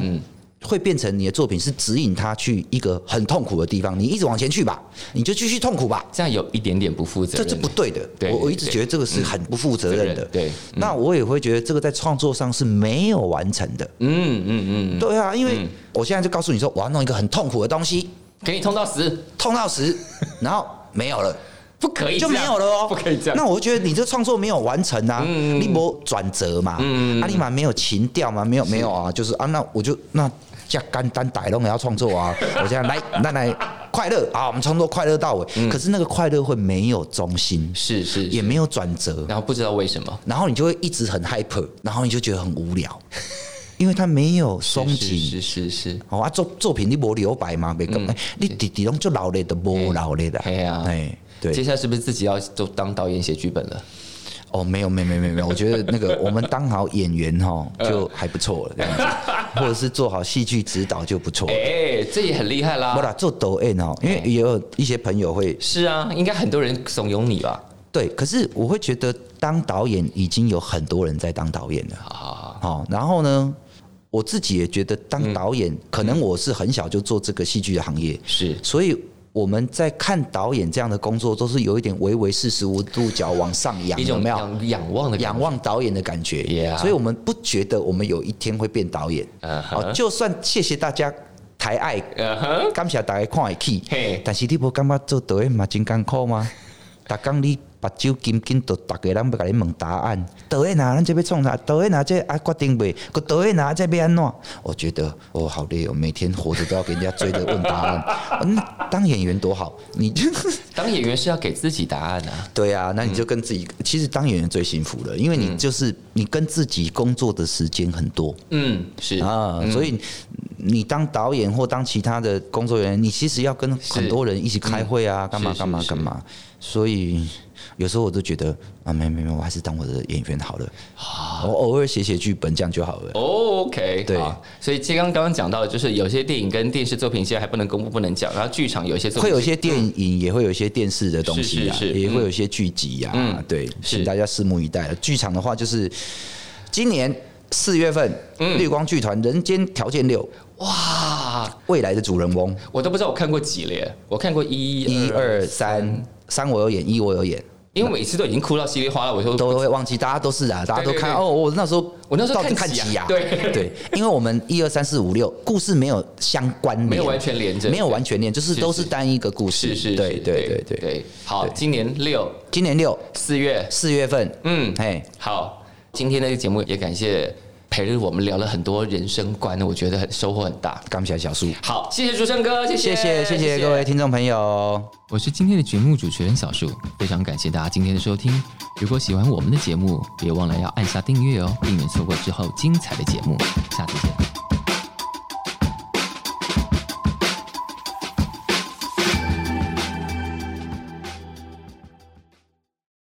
Speaker 2: 会变成你的作品是指引他去一个很痛苦的地方，你一直往前去吧，你就继续痛苦吧，
Speaker 1: 这样有一点点不负责
Speaker 2: 这
Speaker 1: 任，
Speaker 2: 是不对的。
Speaker 1: 对
Speaker 2: 我我一直
Speaker 1: 对
Speaker 2: 觉得这个是很不负责任的。
Speaker 1: 对，嗯
Speaker 2: 那我也会觉得这个在创作上是没有完成的。
Speaker 1: 嗯嗯嗯，
Speaker 2: 对啊，因为我现在就告诉你说，我要弄一个很痛苦的东西，
Speaker 1: 给你痛到死，
Speaker 2: 痛到 死，然后没有了。
Speaker 1: 不可以
Speaker 2: 就
Speaker 1: 这
Speaker 2: 没
Speaker 1: 样
Speaker 2: 有了哦，
Speaker 1: 不可以这样。
Speaker 2: 那我觉得你这创作没有完成啊，
Speaker 1: 嗯
Speaker 2: 你没转折嘛，啊，你嘛没有情调嘛，没有没有啊，就是啊，那我就那加干单打龙也要创作 啊，我现在来那来快乐啊，我们创作快乐到尾，可是那个快乐会没有中心，
Speaker 1: 嗯是是
Speaker 2: 也
Speaker 1: 是，
Speaker 2: 没有转折，
Speaker 1: 然后不知道为什么，
Speaker 2: 然后你就会一直很 hyper，然后你就觉得很无聊，因为它没有松
Speaker 1: 是
Speaker 2: 紧。
Speaker 1: 是是是，
Speaker 2: 哦啊，作作品你无留白嘛，袂讲哎，你直直拢做老力都无老力的，
Speaker 1: 嗯嘿嘿啊
Speaker 2: 哎，对，
Speaker 1: 接下来是不是自己要都当导演写剧本了？
Speaker 2: 哦，没有，没有，没有，没有没有，我觉得那个我们当好演员 哈，
Speaker 1: 嗯
Speaker 2: 就还不错了，这样子，或者是做好戏剧指导就不错了。
Speaker 1: 哎，这也很厉害
Speaker 2: 不
Speaker 1: 啦。
Speaker 2: 啦，做抖音哦，因为也有一些朋友会
Speaker 1: 是啊，应该很多人怂恿你吧？
Speaker 2: 对，可是我会觉得当导演已经有很多人在当导演了，
Speaker 1: 好好好，嗯
Speaker 2: 好，然后呢，我自己也觉得当导演，可能我是很小就做这个戏剧的行业，
Speaker 1: 是
Speaker 2: 所以我们在看导演这样的工作，都是有一点微微四十五度角往上仰，
Speaker 1: 一
Speaker 2: 有
Speaker 1: 种
Speaker 2: 没有
Speaker 1: 仰仰望的感
Speaker 2: 仰望导演的感觉
Speaker 1: Yeah
Speaker 2: 所以我们不觉得我们有一天会变导演。
Speaker 1: 嗯哼
Speaker 2: 哦，就算谢谢大家抬爱，
Speaker 1: 嗯哼，
Speaker 2: 感谢大家看会起
Speaker 1: 嘿，
Speaker 2: 但是你不感觉做导演嘛 真艰苦吗？逐工你目睭紧紧，就逐个人要甲你问答案。导演啊，咱这要创啥？导演啊，这啊决定袂？个导演啊，这要安怎？我觉得哦，好累哦，每天活着都要给人家追着问答案。 嗯，当演员多好，你就。
Speaker 1: 当演员是要给自己答案啊。
Speaker 2: 对啊，那你就跟自己，其实当演员最幸福了，因为你就是你跟自己工作的时间很多
Speaker 1: 嗯，是
Speaker 2: 啊，所以你当导演或当其他的工作人员，你其实要跟很多人一起开会啊，干嘛
Speaker 1: 是是
Speaker 2: 干嘛
Speaker 1: 是
Speaker 2: 干嘛，所以。有时候我都觉得啊，没没没，我还是当我的演员好了。
Speaker 1: 啊
Speaker 2: 我偶尔写写剧本，这样就好了。
Speaker 1: 哦、o k
Speaker 2: 对
Speaker 1: 好所以刚刚刚刚讲到，就是有些电影跟电视作品现在还不能公布、不能讲，然后剧场有一些作品
Speaker 2: 会有一
Speaker 1: 是嗯
Speaker 2: 些电影，也会有一些电视的东西啊，
Speaker 1: 是是是
Speaker 2: 也会有一些剧集呀、啊，
Speaker 1: 嗯
Speaker 2: 对，
Speaker 1: 是
Speaker 2: 请大家拭目以待了。剧场的话，就是今年四月份，
Speaker 1: 嗯
Speaker 2: 绿光剧团《人间条件六》
Speaker 1: 哇，
Speaker 2: 未来的主人翁，
Speaker 1: 我都不知道我看过几了耶，我看过一
Speaker 2: 一二三三我有演，一我有演，
Speaker 1: 因为每次都已经哭到稀里哗啦，我说
Speaker 2: 都会忘记，大家都是啊，大家都
Speaker 1: 呃对对
Speaker 2: 看
Speaker 1: 对
Speaker 2: 哦，我那时候
Speaker 1: 我那时候
Speaker 2: 到底
Speaker 1: 看
Speaker 2: 看
Speaker 1: 几啊
Speaker 2: 几啊？
Speaker 1: 对
Speaker 2: 对，因为我们一二三四五六故事没有相关联，
Speaker 1: 没有完全连着，
Speaker 2: 没有完全连，就是
Speaker 1: 是
Speaker 2: 都是单一个故事。
Speaker 1: 是是，
Speaker 2: 对
Speaker 1: 是
Speaker 2: 对对
Speaker 1: 对
Speaker 2: 对。
Speaker 1: 好，
Speaker 2: 对
Speaker 1: 今年六
Speaker 2: 今年六
Speaker 1: 四月，
Speaker 2: 四月份，
Speaker 1: 嗯，
Speaker 2: 嘿，
Speaker 1: 好，今天的节目也感谢陪着我们聊了很多人生观，我觉得很收获很大。
Speaker 2: 感谢小树。
Speaker 1: 好，谢谢主持人哥，谢
Speaker 2: 谢谢谢谢各位听众朋友。
Speaker 1: 我是今天的节目主持人小树，非常感谢大家今天的收听。如果喜欢我们的节目，别忘了要按下订阅哦，避免错过之后精彩的节目。下次见。